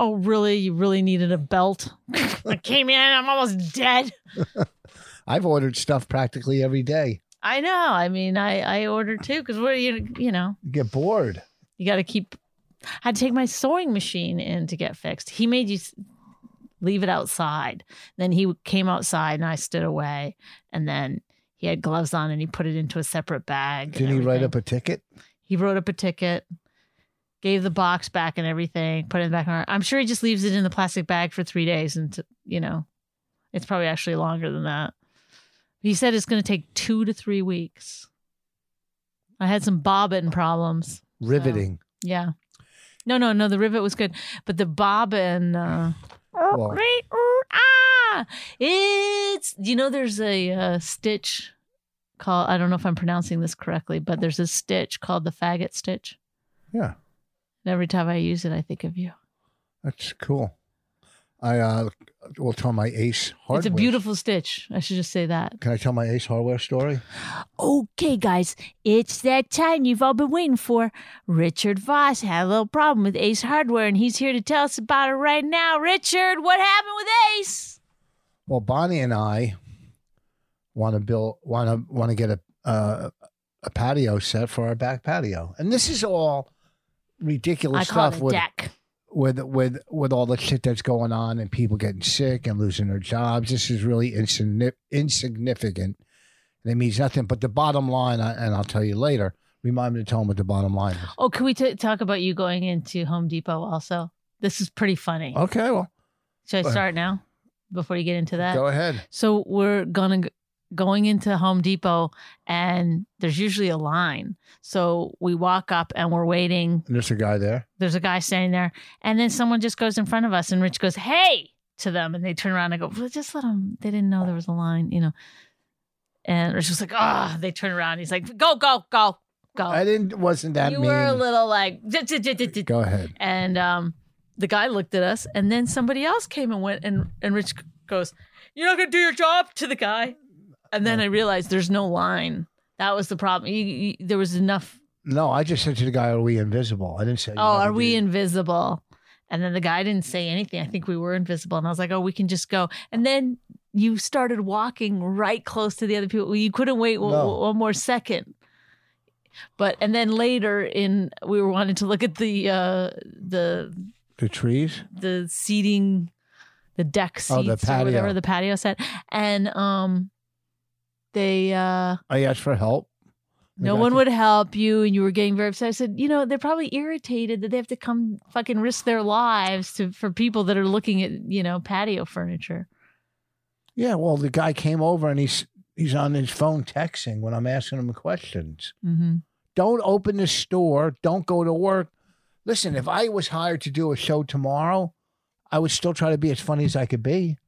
S2: oh, really? You really needed a belt? I came in, I'm almost dead.
S1: I've ordered stuff practically every day.
S2: I know. I mean, I I ordered too because what are you you know
S1: You get bored.
S2: you got to keep. I had to take my sewing machine in to get fixed. He made you s- leave it outside. Then he came outside and I stood away. And then he had gloves on and he put it into a separate bag. and
S1: Didn't he write
S2: everything.
S1: up a ticket?
S2: He wrote up a ticket, gave the box back and everything, put it back on. I'm sure he just leaves it in the plastic bag for three days, and t- you know, it's probably actually longer than that. He said it's going to take two to three weeks. I had some bobbin problems.
S1: Riveting.
S2: Yeah. No, no, no. The rivet was good, but the bobbin. Uh,
S1: Well-
S2: ah, it's you know there's a, uh stitch called I don't know if I'm pronouncing this correctly, but there's a stitch called the faggot stitch.
S1: Yeah.
S2: And every time I use it, I think of you.
S1: That's cool. I uh, will tell my Ace hardware.
S2: It's a beautiful stitch. I should just say that.
S1: Can I tell my Ace hardware story?
S2: Okay, guys, it's that time you've all been waiting for. Richard Voss had a little problem with Ace Hardware, and he's here to tell us about it right now. Richard, what happened with Ace?
S1: Well, Bonnie and I want to build, want to want to get a uh, a patio set for our back patio, and this is all ridiculous
S2: I call
S1: stuff
S2: it a
S1: with
S2: deck.
S1: with with with all the shit that's going on and people getting sick and losing their jobs. This is really insigni- insignificant. And it means nothing. But the bottom line, I- and I'll tell you later. Remind me to tell them what the bottom line is.
S2: Oh, can we t- talk about you going into Home Depot also? This is pretty funny.
S1: Okay, well,
S2: Should I
S1: uh,
S2: start now before you get into that?
S1: go ahead.
S2: So we're gonna g- going into Home Depot, and there's usually a line. So we walk up and we're waiting
S1: And there's a guy there.
S2: there's a guy standing there, and then someone just goes in front of us, and Rich goes, "Hey!" to them, and they turn around and go, well, "Just let them." They didn't know there was a line, you know. And Rich was like, "Ah!" They turn around. He's like, "Go, go, go, go."
S1: I didn't. Wasn't that
S2: Oh. you
S1: mean?
S2: were a little like, "Duh, duh, duh, duh, duh."
S1: Go ahead.
S2: and um, the guy looked at us, and then somebody else came and went, and and Rich goes, "You're not gonna do your job" to the guy, and then I realized there's no line. That was the problem. You, you, there was enough
S1: No, I just said to the guy, "Are we invisible?" I didn't say.
S2: oh, are we invisible? And then the guy didn't say anything. I think we were invisible. And I was like, oh, we can just go. And then you started walking right close to the other people. You couldn't wait one-
S1: No.
S2: one more second. But and then later in we were wanting to look at the uh the
S1: the trees?
S2: the seating, the deck seats
S1: Oh, the
S2: or whatever
S1: patio.
S2: the patio set, and um, they uh
S1: I asked for help.
S2: no
S1: Like, I
S2: one
S1: think-
S2: would help you and you were getting very upset. I said, you know, they're probably irritated that they have to come fucking risk their lives to for people that are looking at, you know, patio furniture.
S1: Yeah, well, the guy came over and he's he's on his phone texting when I'm asking him questions.
S2: Mm-hmm.
S1: Don't open the store. Don't go to work. Listen, if I was hired to do a show tomorrow, I would still try to be as funny as I could be.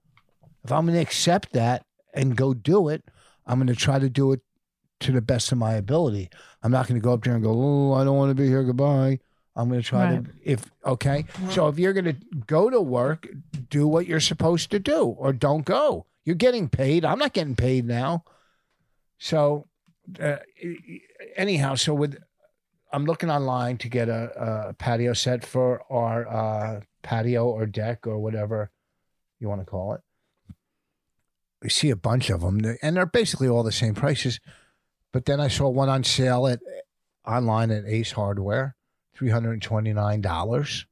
S1: If I'm going to accept that and go do it, I'm going to try to do it to the best of my ability. I'm not going to go up there and go, "Oh, I don't want to be here. Goodbye." I'm going to try to if okay. So if you're going to go to work, do what you're supposed to do or don't go. You're getting paid. I'm not getting paid now. So uh, anyhow, so with I'm looking online to get a, a patio set for our uh, patio or deck or whatever you want to call it. We see a bunch of them, and they're basically all the same prices. But then I saw one on sale at online at Ace Hardware, three hundred and twenty nine dollars,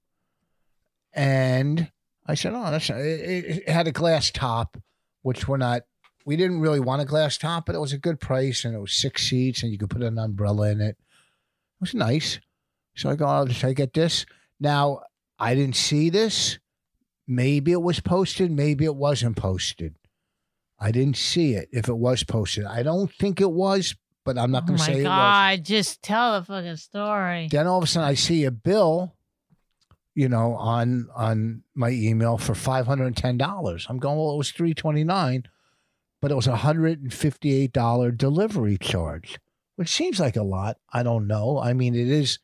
S1: and I said, "Oh, that's it, it it had a glass top, which we're not." We didn't really want a glass top, but it was a good price, and it was six seats, and you could put an umbrella in it. It was nice. So I go, oh, should I get this? Now, I didn't see this. Maybe it was posted. Maybe it wasn't posted. I didn't see it if it was posted. I don't think it was, but I'm not
S2: oh
S1: going to
S2: my
S1: say it was.
S2: God, just tell the fucking story.
S1: Then all of a sudden, I see a bill, you know, on on my email for five hundred and ten dollars. I'm going, well, it was three twenty nine, but it was a hundred and fifty eight dollar delivery charge, which seems like a lot. I don't know. I mean, it is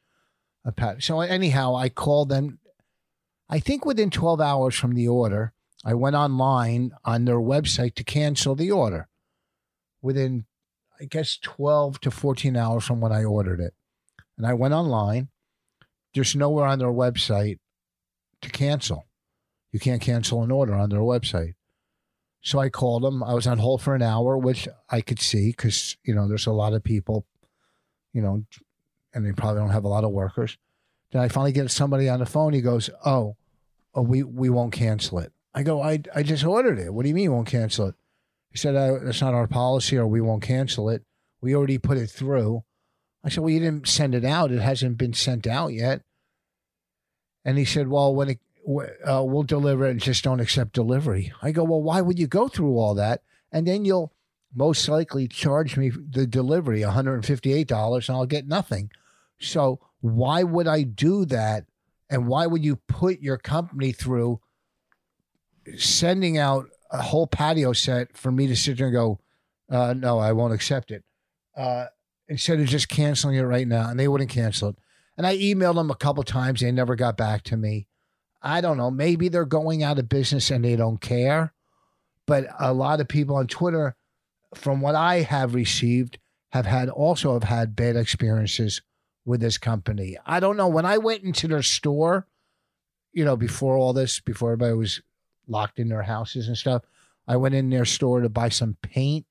S1: a pat. So anyhow, I called them. I think within twelve hours from the order, I went online on their website to cancel the order. Within, I guess, twelve to fourteen hours from when I ordered it and I went online. There's nowhere on their website to cancel. You can't cancel an order on their website. So I called them. I was on hold for an hour, which I could see because you know there's a lot of people, you know, and they probably don't have a lot of workers. Then I finally get somebody on the phone. He goes, "Oh, oh we we won't cancel it." I go, "I I just ordered it. What do you mean you won't cancel it?" He said, uh, "That's not our policy, or we won't cancel it. We already put it through." I said, Well, you didn't send it out. It hasn't been sent out yet. And he said, Well, when it, w- uh, we'll deliver it and just don't accept delivery. I go, Well, why would you go through all that? And then you'll most likely charge me the delivery $158 and I'll get nothing. So why would I do that? And why would you put your company through sending out a whole patio set for me to sit there and go, uh, No, I won't accept it? Uh, instead of just canceling it right now and they wouldn't cancel it and i emailed them a couple times they never got back to me i don't know maybe they're going out of business and they don't care but a lot of people on twitter from what i have received have had also have had bad experiences with this company i don't know when i went into their store you know before all this before everybody was locked in their houses and stuff i went in their store to buy some paint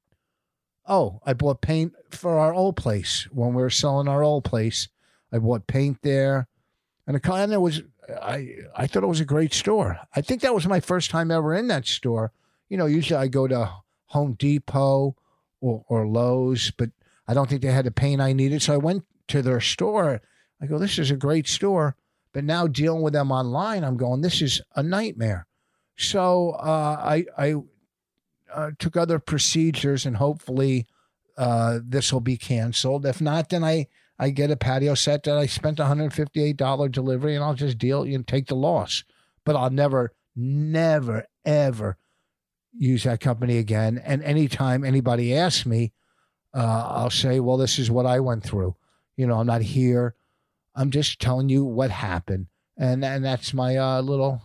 S1: Oh, I bought paint for our old place when we were selling our old place. I bought paint there, and the kind of was I. I thought it was a great store. I think that was my first time ever in that store. You know, usually I go to Home Depot or, or Lowe's, but I don't think they had the paint I needed. So I went to their store. I go, this is a great store. But now dealing with them online, I'm going, this is a nightmare. So uh, I I uh, took other procedures and hopefully uh, this will be canceled. If not, then I I get a patio set that I spent $158 delivery and I'll just deal and take the loss. But I'll never, never, ever use that company again. And anytime anybody asks me, uh, I'll say, well, this is what I went through. You know, I'm not here. I'm just telling you what happened. And, and that's my uh, little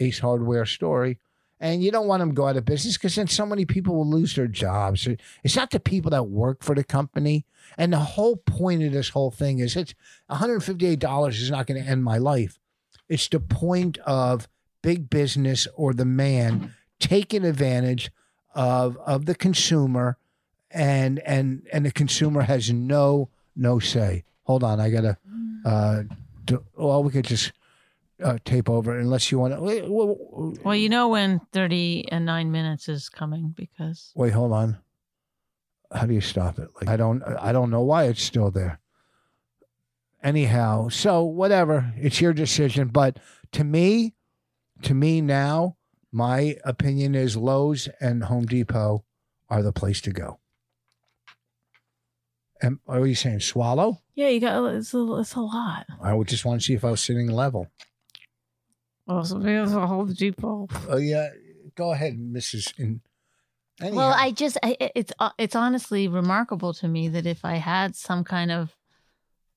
S1: Ace Hardware story and you don't want them to go out of business because then so many people will lose their jobs. It's not the people that work for the company. And the whole point of this whole thing is it's $158 is not going to end my life. It's the point of big business or the man taking advantage of of the consumer and and and the consumer has no no say. Hold on, I gotta uh do, well we could just uh, tape over it unless you want to
S2: Well, you know when 30 and nine minutes is coming because
S1: Wait, hold on. how do you stop it? Like I don't I don't know why it's still there. Anyhow, so whatever, it's your decision. But to me, to me now, my opinion is Lowe's and Home Depot are the place to go. And are you saying swallow?
S2: Yeah, you got it's a, it's a lot.
S1: I would just want to see if I was sitting level.
S2: Well, so maybe it's a whole depot.
S1: Oh yeah, go ahead, Mrs. In- Anyhow,
S2: Well, I just I, it- it's uh, it's honestly remarkable to me that if I had some kind of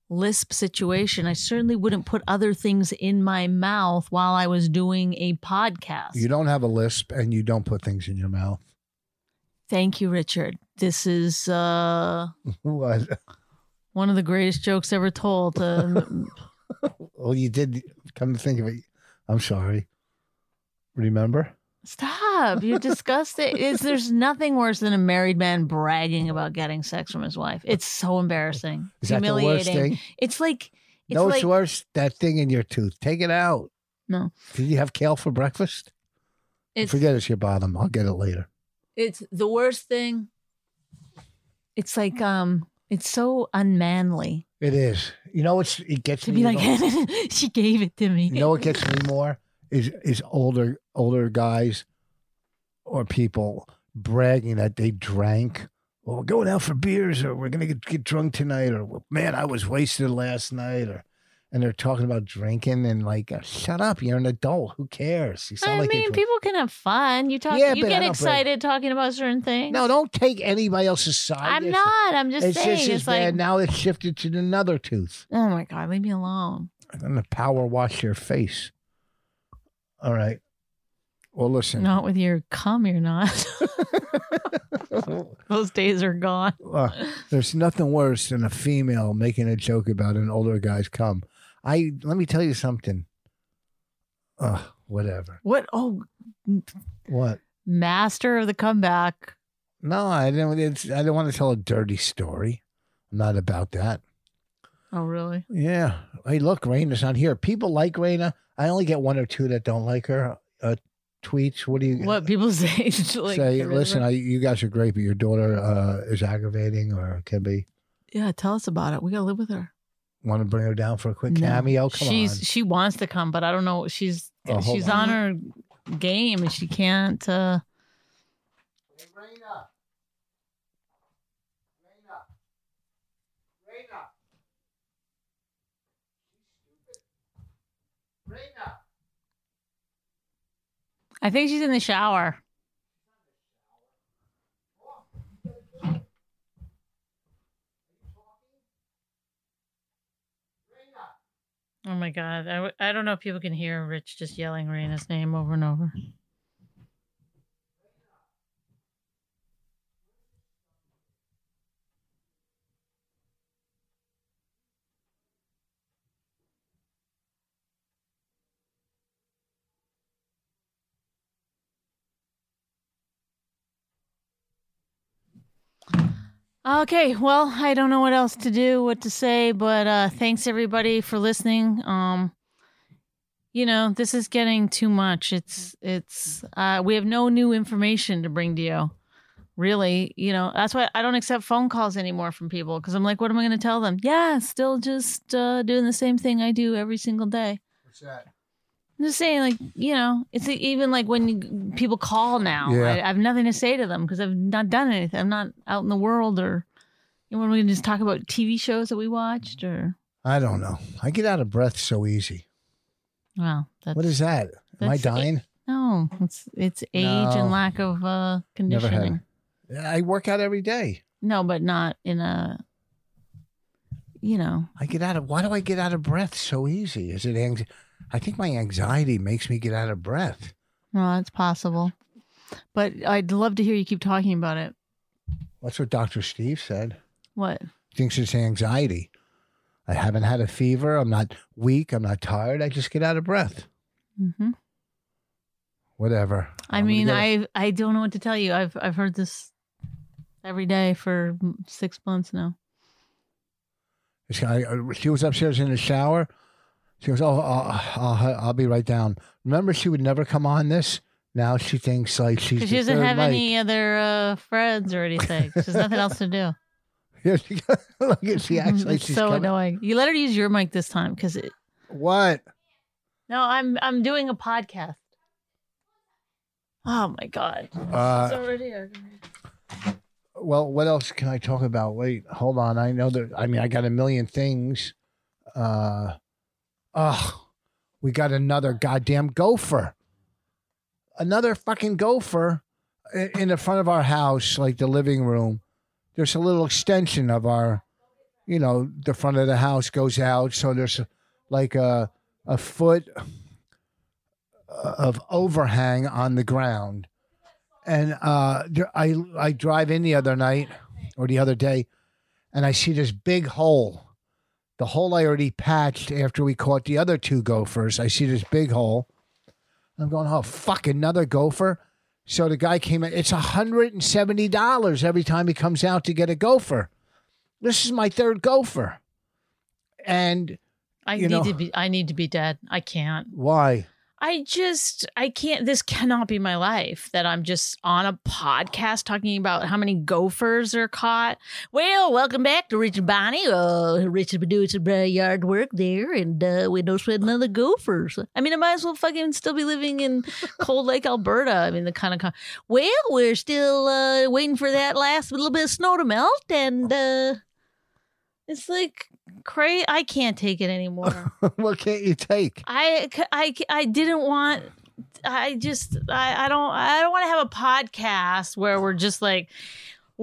S2: lisp situation, I certainly wouldn't put other things in my mouth while I was doing a podcast.
S1: you don't have a lisp and you don't put things in your mouth.
S2: Thank you, Richard. This is uh,
S1: What?
S2: one of the greatest jokes ever told. Uh,
S1: Well, you did come to think of it. I'm sorry. Remember?
S2: Stop! You discussed it. It's, there's nothing worse than a married man bragging about getting sex from his wife. It's so embarrassing,
S1: Is that the
S2: humiliating.
S1: worst thing?
S2: It's like it's
S1: no,
S2: like
S1: it's worse. That thing in your tooth. Take it out.
S2: No.
S1: Did you have kale for breakfast?
S2: it's
S1: Forget it's your bottom. I'll get it later.
S2: it's the worst thing. It's like um, it's so unmanly
S1: It is. You know what's it gets
S2: to
S1: me
S2: be
S1: even-
S2: like she gave it to me.
S1: you know what gets me more is is older older guys or people bragging that they drank. Well, we're going out for beers, or we're gonna get, get drunk tonight, or well, man, I was wasted last night, or and they're talking about drinking and like, uh, shut up, you're an adult. Who cares? You sound
S2: I
S1: like you're
S2: mean,
S1: drunk-
S2: people can have fun. You talk,
S1: Yeah,
S2: you
S1: but I
S2: get
S1: don't
S2: excited talking about certain things.
S1: No, don't take anybody else's side.
S2: I'm
S1: It's-
S2: not. I'm just
S1: It's
S2: saying.
S1: just as
S2: it's like,
S1: bad. Now it's shifted to another tooth.
S2: oh my god, leave me alone.
S1: I'm gonna power wash your face. All right. Well, listen.
S2: Not with your cum, you're not. Those days are gone.
S1: Uh, there's nothing worse than a female making a joke about an older guy's cum. I let me tell you something. Uh, whatever.
S2: What? Oh,
S1: What?
S2: master of the comeback.
S1: No, I didn't. It's, I don't want to tell a dirty story. I'm not about that.
S2: Oh, really?
S1: Yeah. Hey, look, Raina's not here. People like Raina. I only get one or two that don't like her. Uh, tweets. What do you
S2: What people say? is like,
S1: say? Listen, I, you guys are great, but your daughter uh, is aggravating or can be.
S2: yeah, tell us about it. We gotta live with her.
S1: Want to bring her down for a quick
S2: No.
S1: cameo? Oh, Come
S2: she's
S1: on.
S2: she wants to come, but I don't know. She's
S1: Oh, hold
S2: she's on. her game, and she can't. uh I think she's in the shower. Oh my god! I, w- I don't know if people can hear Rich just yelling Raina's name over and over. Okay, well, I don't know what else to do, what to say, but uh thanks everybody for listening. Um you know, this is getting too much. It's it's uh we have no new information to bring to you. Really, you know, that's why I don't accept phone calls anymore from people because I'm like, what am I going to tell them? Yeah, still just uh doing the same thing I do every single day.
S1: What's that?
S2: I'm just saying, like, you know, it's e-, even like when you- people call now,
S1: Yeah.
S2: I, I have nothing to say to them because I've not done anything. I'm not out in the world or you know, when we can just talk about TV shows that we watched or,
S1: I don't know. I get out of breath so easy.
S2: well, that's
S1: what is that? Am I
S2: that's it.
S1: dying?
S2: no, it's it's age
S1: No.
S2: and lack of uh,
S1: Never
S2: conditioning.
S1: had. it. I work out every day.
S2: No, but not in a, you know,
S1: I get out of. Why do I get out of breath so easy? Is it anxiety? I think my anxiety makes me get out of breath.
S2: well, that's possible. But I'd love to hear you keep talking about it.
S1: That's what Doctor Steve said.
S2: What?
S1: Thinks it's anxiety. I haven't had a fever. I'm not weak. I'm not tired. I just get out of breath.
S2: hmm
S1: Whatever.
S2: I
S1: I'm gonna
S2: mean,
S1: get-
S2: I I don't know what to tell you. I've I've heard this every day for m- six months now.
S1: She- I- I- She was upstairs in the uh, shower. She goes, "Oh, I'll, I'll, I'll be right down." Remember, she would never come on this. Now she thinks like she's
S2: because she
S1: the
S2: doesn't
S1: third
S2: have
S1: Mike.
S2: any other uh, friends or anything. There's nothing else to do. Mm-hmm.
S1: Yeah, she, look at she acts like
S2: uh, it's
S1: she's
S2: so
S1: coming-
S2: annoying. You let her use your mic this time because it.
S1: What?
S2: No, I'm I'm doing a podcast. Oh my god!
S1: Uh,
S3: already
S1: well, what else can I talk about? Wait, hold on. I know that. I mean, I got a million things. Uh, oh, we got another goddamn gopher. Another fucking gopher i- in the front of our house, like the living room. There's a little extension of our, you know, the front of the house goes out. So there's like a, a foot uh, of overhang on the ground and uh, there- I I drive in the other night or the other day, and I see this big hole. The hole I already patched after we caught the other two gophers. I see this big hole. I'm going, oh fuck, another gopher. So the guy came in. It's hundred and seventy dollars every time he comes out to get a gopher. This is my third gopher. And
S2: I
S1: You
S2: need
S1: know-
S2: to be. I need to be dead. I can't.
S1: why?
S2: I just. I can't. This cannot be my life. That I'm just on a podcast talking about how many gophers are caught. Well, welcome back to Richard Bonnie. Uh, Richard been doing some uh, yard work there, and uh, we don't sweat none of the gophers. I mean, I might as well fucking still be living in Cold Lake, Alberta. I mean, the kind of. Con- well, we're still uh, waiting for that last little bit of snow to melt, and uh, it's like crazy. I can't take it anymore.
S1: what can't you take?
S2: I, c- I, c- I didn't want. I just I, I don't I don't want to have a podcast where we're just like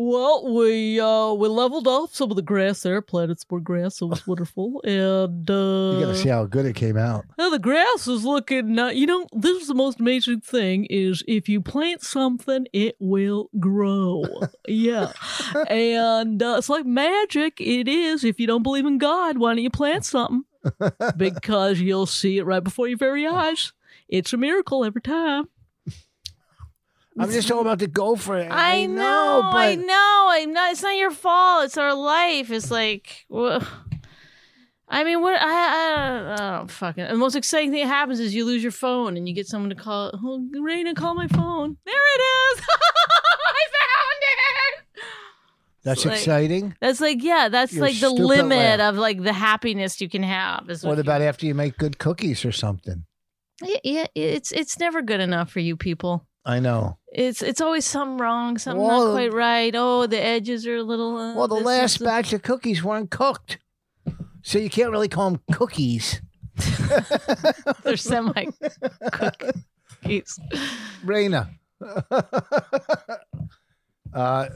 S2: well we uh we leveled off some of the grass there planted some more grass so it was wonderful and uh
S1: You gotta
S3: Mm.
S1: see how good it came out.
S2: now the grass is looking. Uh, you know, this is the most amazing thing: is if you plant something, it will grow. yeah, and uh, it's like magic. It is. If you don't believe in God, why don't you plant something? because you'll see it right before your very eyes. It's a miracle every time.
S1: I'm just all about the gopher.
S3: I, know,
S1: but
S3: I know. I'm not. It's not your fault. It's our life. It's like, wha- I mean, what? I, I, don't, I don't fucking.
S2: The most exciting thing that happens is you lose your phone and you get someone to call. Oh, Raina, call my phone. There it is. I found it.
S1: that's
S2: like-
S1: exciting.
S2: That's like yeah, that's
S1: Your
S2: like the
S1: stupid
S2: limit
S1: laugh.
S2: of like the happiness you can have. Is
S1: What about after you make good cookies or something?
S2: yeah, yeah, it's it's never good enough for you people.
S1: I know.
S2: It's it's always something wrong, something
S1: Well-
S2: not quite right. Oh, the edges are a little.
S4: Oh,
S2: Uh,
S1: Well, the
S2: this
S1: last
S2: is-
S1: batch of cookies weren't cooked, so you can't really call them cookies.
S2: they're semi cookies.
S1: Raina. uh,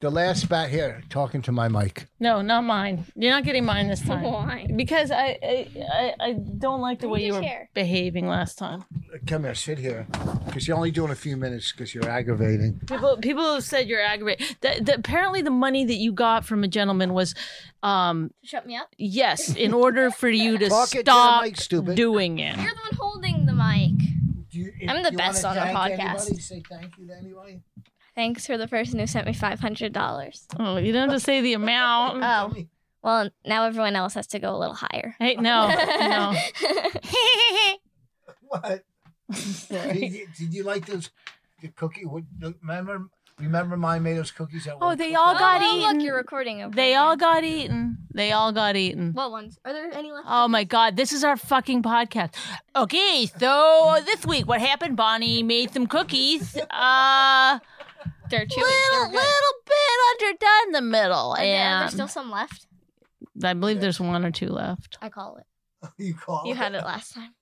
S1: the last batch here, talking to my mic.
S2: No, not mine. You're not getting mine this time
S4: Why?
S2: because I I, I, I don't like the way you were behaving last time.
S1: Come here, sit here, because you're only doing a few minutes because you're aggravating.
S2: People, people have said you're aggravated. That, that apparently the money that you got from a gentleman was, um,
S4: Shut me up.
S2: yes, in order for you to
S1: Talk it to the
S2: stop
S1: mic, stupid.
S2: doing it.
S4: You're the one holding the mic.
S1: Do you,
S4: I'm the best on a podcast.
S1: Anybody, say thank you to anybody.
S4: Thanks for the person who sent me five hundred dollars.
S2: Oh, you don't have to say the amount.
S4: Oh, well, now everyone else has to go a little higher.
S2: Hey, no, Oh, no.
S1: What? did, you, did you like those the cookie? what- Remember, remember, mine made those cookies at
S2: Oh,
S1: one
S2: they
S1: cookie-
S2: all
S4: Oh,
S2: got
S4: oh,
S2: eaten.
S4: Look, you're recording. over
S2: they
S4: again.
S2: all got eaten. They all got eaten.
S4: What ones? Are there any left?
S2: Oh my God, this is our fucking podcast. Okay, so this week, what happened? Bonnie made some cookies. Uh,
S4: They're chewy.
S2: little,
S4: They're
S2: little
S4: good.
S2: bit underdone the middle,
S4: Are there, are there
S2: and
S4: still some left?
S2: I believe there's one or two left.
S4: I call it.
S1: you call
S4: You had it last time.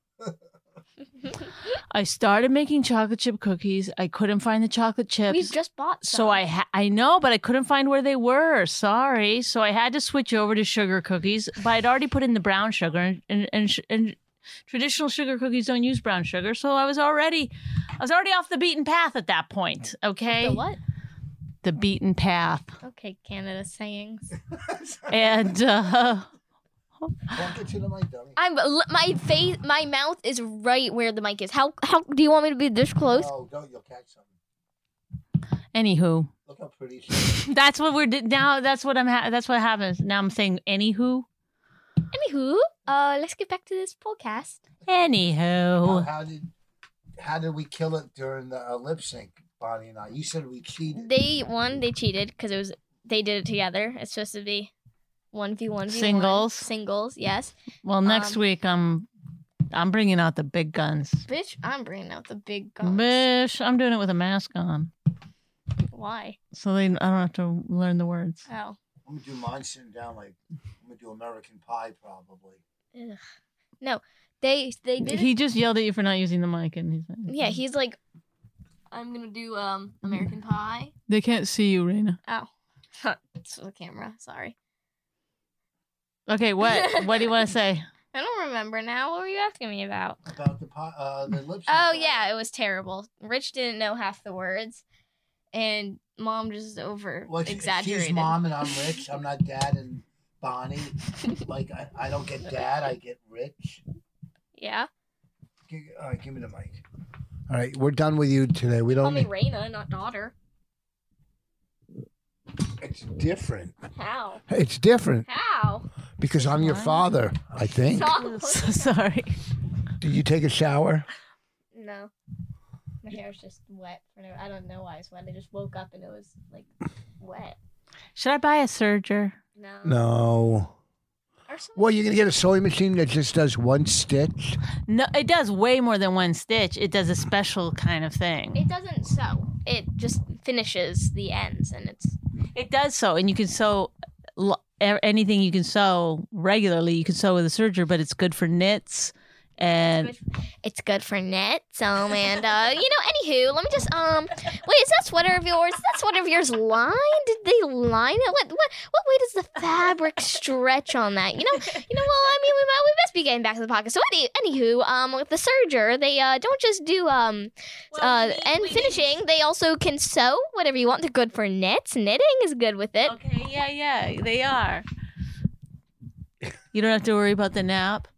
S2: I started making chocolate chip cookies. I couldn't find the chocolate chips.
S4: We've just bought. Some.
S2: So I ha- I know, but I couldn't find where they were. Sorry. So I had to switch over to sugar cookies, but I'd already put in the brown sugar and and and, sh- and traditional sugar cookies don't use brown sugar. So I was already I was already off the beaten path at that point. Okay.
S4: The what?
S2: The beaten path.
S4: Okay, Canada sayings.
S2: And uh
S1: Walk it to the mic, dummy.
S4: I'm l- my face, my mouth is right where the mic is. How how do you want me to be this close?
S1: Oh, don't you'll catch something.
S2: anywho.
S1: Look how pretty she is.
S2: That's what we're di- now that's what I'm ha- that's what happens. Now I'm saying anywho.
S4: Anywho, uh, let's get back to this podcast.
S2: Anywho.
S1: How, how did how did we kill it during the uh, lip sync, Bonnie and I? You said we cheated.
S4: They one they cheated because it was they did it together. It's supposed to be one v one v
S2: Singles.
S4: Singles, yes.
S2: Well, next
S4: Um,
S2: week I'm I'm bringing out the big guns.
S4: Bitch, I'm bringing out the big guns.
S2: Bish, I'm doing it with a mask on,
S4: Why?
S2: so they I don't have to learn the words.
S4: Oh,
S1: I'm gonna do mine sitting down like I'm gonna do American Pie probably.
S4: Ugh. no, they they did. it-
S2: He just yelled at you for not using the mic, and he's like,
S4: yeah, he's like, I'm gonna do um
S2: Mm.
S4: American Pie.
S2: They can't see you, Raina.
S4: Oh, it's for the camera. Sorry,
S2: Okay, what what do you want to say?
S4: I don't remember now. What were you asking me about?
S1: About the pie, uh, the lip sync.
S4: Oh
S1: battle.
S4: yeah, it was terrible. Rich didn't know half the words, and mom just over
S1: Well, she-
S4: exaggerated.
S1: She's mom and I'm rich. I'm not dad and Bonnie. like I, I don't get dad. I get rich.
S4: Yeah,
S1: Gi- All right, give me the mic. All right, we're done with you today. We
S4: call
S1: don't.
S4: me
S1: Need,
S4: Raina, not daughter.
S1: it's different.
S4: How?
S1: It's different
S4: How?
S1: because I'm your father. I think.
S4: Stop.
S2: So sorry.
S1: Did you take a shower?
S4: No. My hair's just wet. For no, I don't know why it's wet. I just woke up and it was like wet.
S2: Should I buy a serger?
S4: No.
S1: No.
S4: Or something.
S1: Well, you're gonna get a sewing machine that just does one stitch.
S2: No, it does way more than one stitch. It does a special kind of thing.
S4: It doesn't sew. It just finishes the ends and it's
S2: It does sew, and you can sew lo- a- anything you can sew regularly. You can sew with a serger, but it's good for knits. And
S4: it's good for knits. Um and uh you know, anywho, let me just um wait, is that sweater of yours? Is that sweater of yours lined? Did they line it? What what what way does the fabric stretch on that? You know, you know, well, I mean we might we must be getting back to the pocket. So any anywho, um with the serger, they uh don't just do um uh, and finishing, they also can sew whatever you want. They're good for knits. Knitting is good with it.
S2: Okay, yeah, yeah, they are. You don't have to worry about the nap.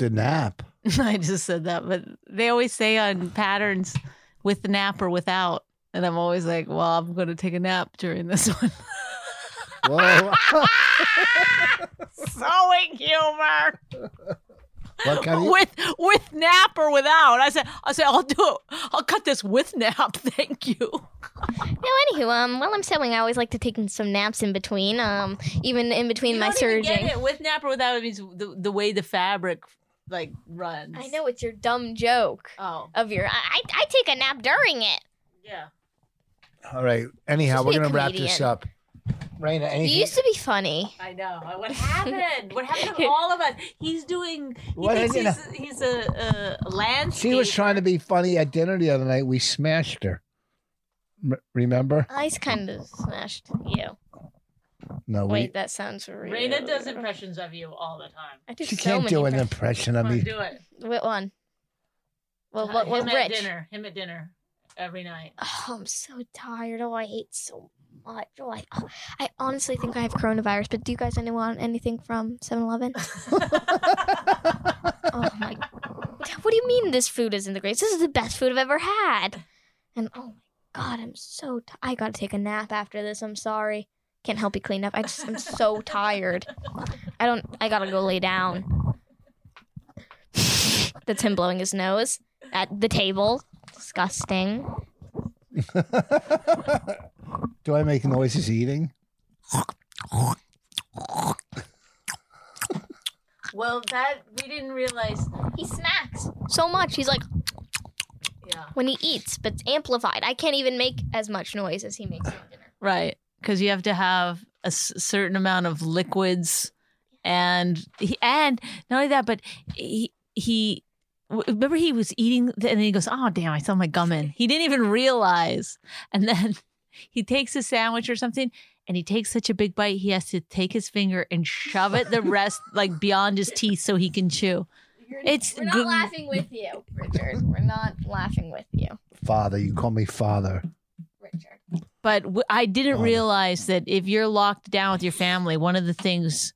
S1: The nap.
S2: I just said that, but they always say on patterns with the nap or without. And I'm always like, well, I'm going to take a nap during this one.
S1: Whoa.
S2: Sewing humor
S1: what kind of,
S2: with with nap or without. I said, I said, I'll do it. I'll cut this with nap. Thank you.
S4: No, anywho, um, while I'm sewing, I always like to take some naps in between. Um, even in between my surging.
S2: With nap or without it means the, the way the fabric like runs.
S4: I know it's your dumb joke
S2: Oh
S4: of your. I, I, I take a nap during it.
S2: yeah.
S1: all right. Anyhow,
S4: Just
S1: we're
S4: be a
S1: gonna wrap this
S4: comedian.
S1: up. Raina, anything?
S4: You used to be funny.
S2: I know. What happened? what happened to all of us? He's doing. He
S1: What
S2: thinks
S1: did you
S2: he's, he's a, a landscape.
S1: She was trying to be funny at dinner the other night. We smashed her. M- remember?
S4: I kind of smashed you.
S1: No,
S4: Wait, that sounds real.
S2: Raina does impressions of you all the time.
S4: I
S1: we.
S4: did
S1: She
S4: so
S1: can't
S4: many
S1: do an impression
S4: impressions.
S1: of
S2: Come on,
S1: me.
S2: do it.
S4: What one? Well,
S2: Uh,
S4: what? What?
S2: him at
S4: Rich.
S2: dinner. Him at dinner every night.
S4: Oh, I'm so tired. Oh, I hate so much. Oh, I, oh, I honestly think I have coronavirus. But do you guys anyone anything from 7-Eleven? oh my! What do you mean this food isn't the greatest? This is the best food I've ever had. And oh my god, I'm so. T- I gotta take a nap after this. I'm sorry. Can't help you clean up. I just I'm so tired. I don't. I gotta go lay down. That's him blowing his nose at the table. Disgusting.
S1: do I make noises eating?
S2: Well, that we didn't realize.
S4: He smacks so much. He's like
S2: Yeah.
S4: when he eats, but it's amplified. I can't even make as much noise as he makes at dinner.
S2: Right, because you have to have a s- certain amount of liquids, and he, and not only that, but he he w- remember he was eating, th- and then he goes, "Oh damn, I saw my gum in." He didn't even realize, and then he takes a sandwich or something. And he takes such a big bite, he has to take his finger and shove it the rest like beyond his teeth so he can chew. It's
S4: We're not
S2: good-
S4: laughing with you, Richard. We're not laughing with you,
S1: Father, you call me father.
S4: Richard.
S2: But w- I didn't
S1: Wow.
S2: realize that if you're locked down with your family, one of the things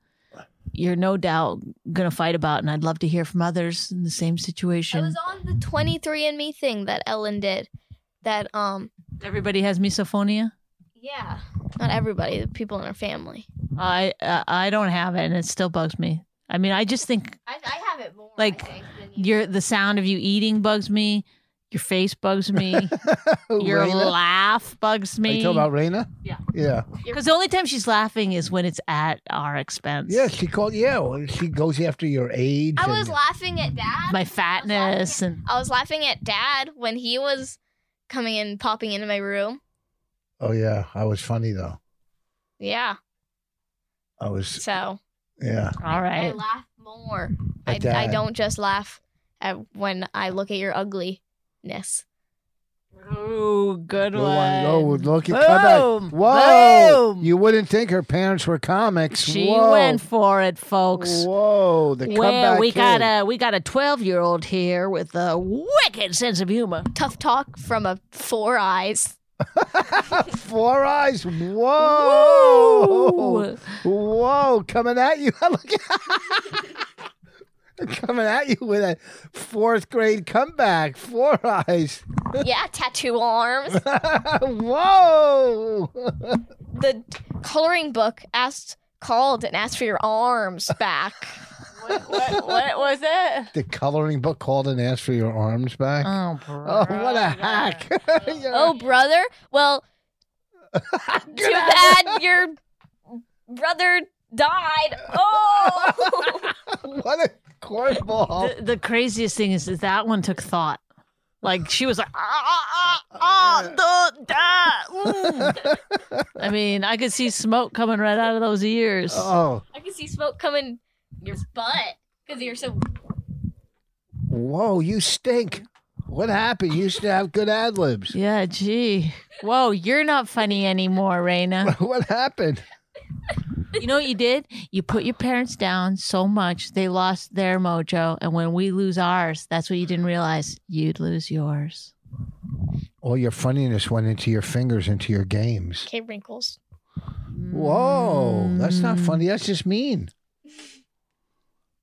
S2: you're no doubt going to fight about, and I'd love to hear from others in the same
S4: I
S2: situation.
S4: was on the 23andMe thing that Ellen did. That um,
S2: Everybody has misophonia.
S4: yeah, not everybody, the people in our family.
S2: I uh, I don't have it, and it still bugs me. I mean, I just think
S4: I, I have it more.
S2: Like,
S4: I think, than
S2: Your the sound of you eating bugs me. Your face bugs me. Your
S1: Raina?
S2: laugh bugs
S1: Are you
S2: me.
S1: talking about Raina?
S2: Yeah.
S1: Yeah.
S2: Because the only time she's laughing is when it's at our expense.
S1: Yeah, she called. Yeah, well, she goes after your age.
S4: I
S1: and-
S4: was laughing at dad.
S2: My fatness and
S4: I was laughing at dad when he was coming and popping into my room.
S1: oh yeah, I was funny though.
S4: Yeah.
S1: I was.
S4: So
S1: Yeah.
S2: all
S4: I
S2: right.
S4: laugh more. I,
S1: At
S4: I
S1: dad.
S4: don't just laugh at when I look at your ugliness.
S2: Ooh, good
S1: Good
S2: one.
S1: one. Oh, look at come back.
S2: Boom.
S1: Whoa!
S2: Boom.
S1: You wouldn't think her parents were comics.
S2: She
S1: Whoa.
S2: went for it, folks.
S1: Whoa! The
S2: Well,
S1: comeback
S2: we
S1: kid.
S2: got a we got a twelve year old here with a wicked sense of humor.
S4: Tough talk from a four eyes.
S1: four eyes. Whoa! Whoa! Coming at you. Look at- coming at you with a fourth grade comeback. Four eyes.
S4: Yeah, tattoo arms.
S1: Whoa!
S4: The coloring book asked called and asked for your arms back.
S2: what was it?
S1: the coloring book called and asked for your arms back.
S2: Oh,
S1: oh, what a hack! You're-
S4: oh, brother. Well, too bad your brother died. Oh.
S1: what a cornball!
S2: The, the craziest thing is that that one took thought. Like she was like, ah, ah, ah, ah, duh, duh, mm." I mean, I could see smoke coming right out of those ears.
S1: Oh,
S4: I can see smoke coming your butt because you're so.
S1: whoa! You stink. What happened? You used to have good ad libs.
S2: Yeah, gee. Whoa, you're not funny anymore, Raina.
S1: What happened?
S2: You know what you did? You put your parents down so much they lost their mojo, and when we lose ours, that's what you didn't realize. You'd lose yours.
S1: All your funniness went into your fingers, into your games.
S4: Okay, wrinkles.
S1: Whoa, that's not
S2: Mm.
S1: funny. That's just mean.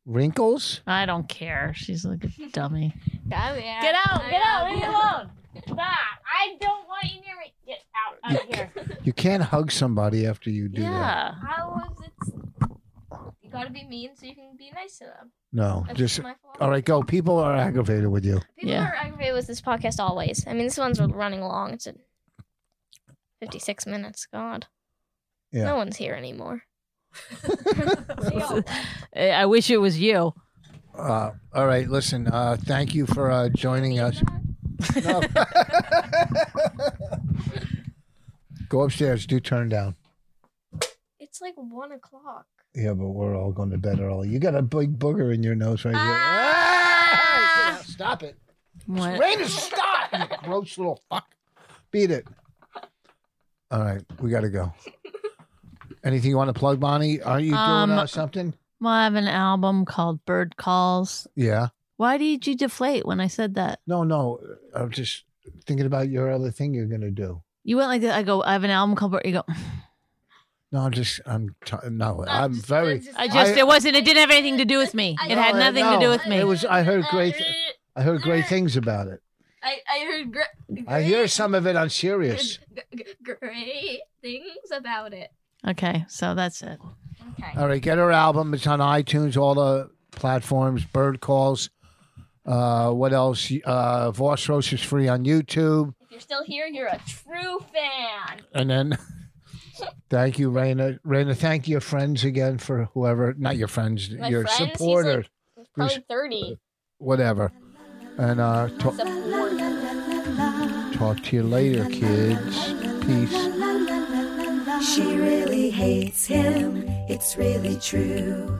S1: Wrinkles?
S2: I don't care. She's like a dummy.
S4: Come here.
S2: Get out! Get out! Leave me alone!
S4: I don't want you near me. Get out.
S1: You, you can't hug somebody after you do that.
S2: Yeah.
S4: How was it? You gotta be mean so you can be nice to them.
S1: No,
S4: That's
S1: just
S4: my fault.
S1: all right. Go. People are aggravated with you.
S4: People
S2: Yeah.
S4: are aggravated with this podcast always. I mean, this one's running long. It's at 56 minutes. God.
S1: Yeah.
S4: No one's here anymore.
S2: Eh, I wish it was you.
S1: Uh, all right, listen. Uh, thank you for uh, joining us. No. Go upstairs. Do turn down.
S4: It's like one o'clock.
S1: Yeah, but we're all going to bed early. You got a big booger in your nose right here. Ah! Get out. Stop it.
S2: What?
S1: Rain is stop. You gross little fuck. Beat it. All right, we got to go. Anything you want to plug, Bonnie? Are you
S2: Um,
S1: doing uh, something?
S2: Well, I have an album called Bird Calls.
S1: Yeah.
S2: Why did you deflate when I said that?
S1: No, no. I'm just thinking about your other thing you're going to do.
S2: You went like that. I go, I have an album called Bird. You go,
S1: No, I'm just, I'm, t- no, I'm very.
S2: I just,
S1: I-
S2: it wasn't, it didn't have anything to do with me. It had
S1: No,
S2: nothing
S1: no.
S2: to do with me.
S1: It was, I heard great, I heard great
S4: Uh,
S1: things about it.
S4: I, I heard great.
S1: I hear some of it on Sirius.
S4: Great things about it.
S2: okay, so that's it.
S4: Okay.
S1: All right, get her album. It's on iTunes, all the platforms, Bird Calls. Uh, what else? Uh, Voss Roast is free on YouTube.
S4: If you're still here, you're a true fan.
S1: And then, thank you, Raina. Raina, thank your friends again for whoever, not your friends,
S4: My
S1: your
S4: friends? He's like-
S1: supporters,
S4: Probably 30.
S1: whatever. And uh, talk,
S4: Support.
S1: talk to you later, kids. Peace.
S5: She really hates him, it's really true.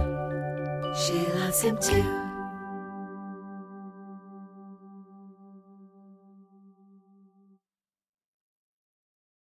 S5: she loves him too.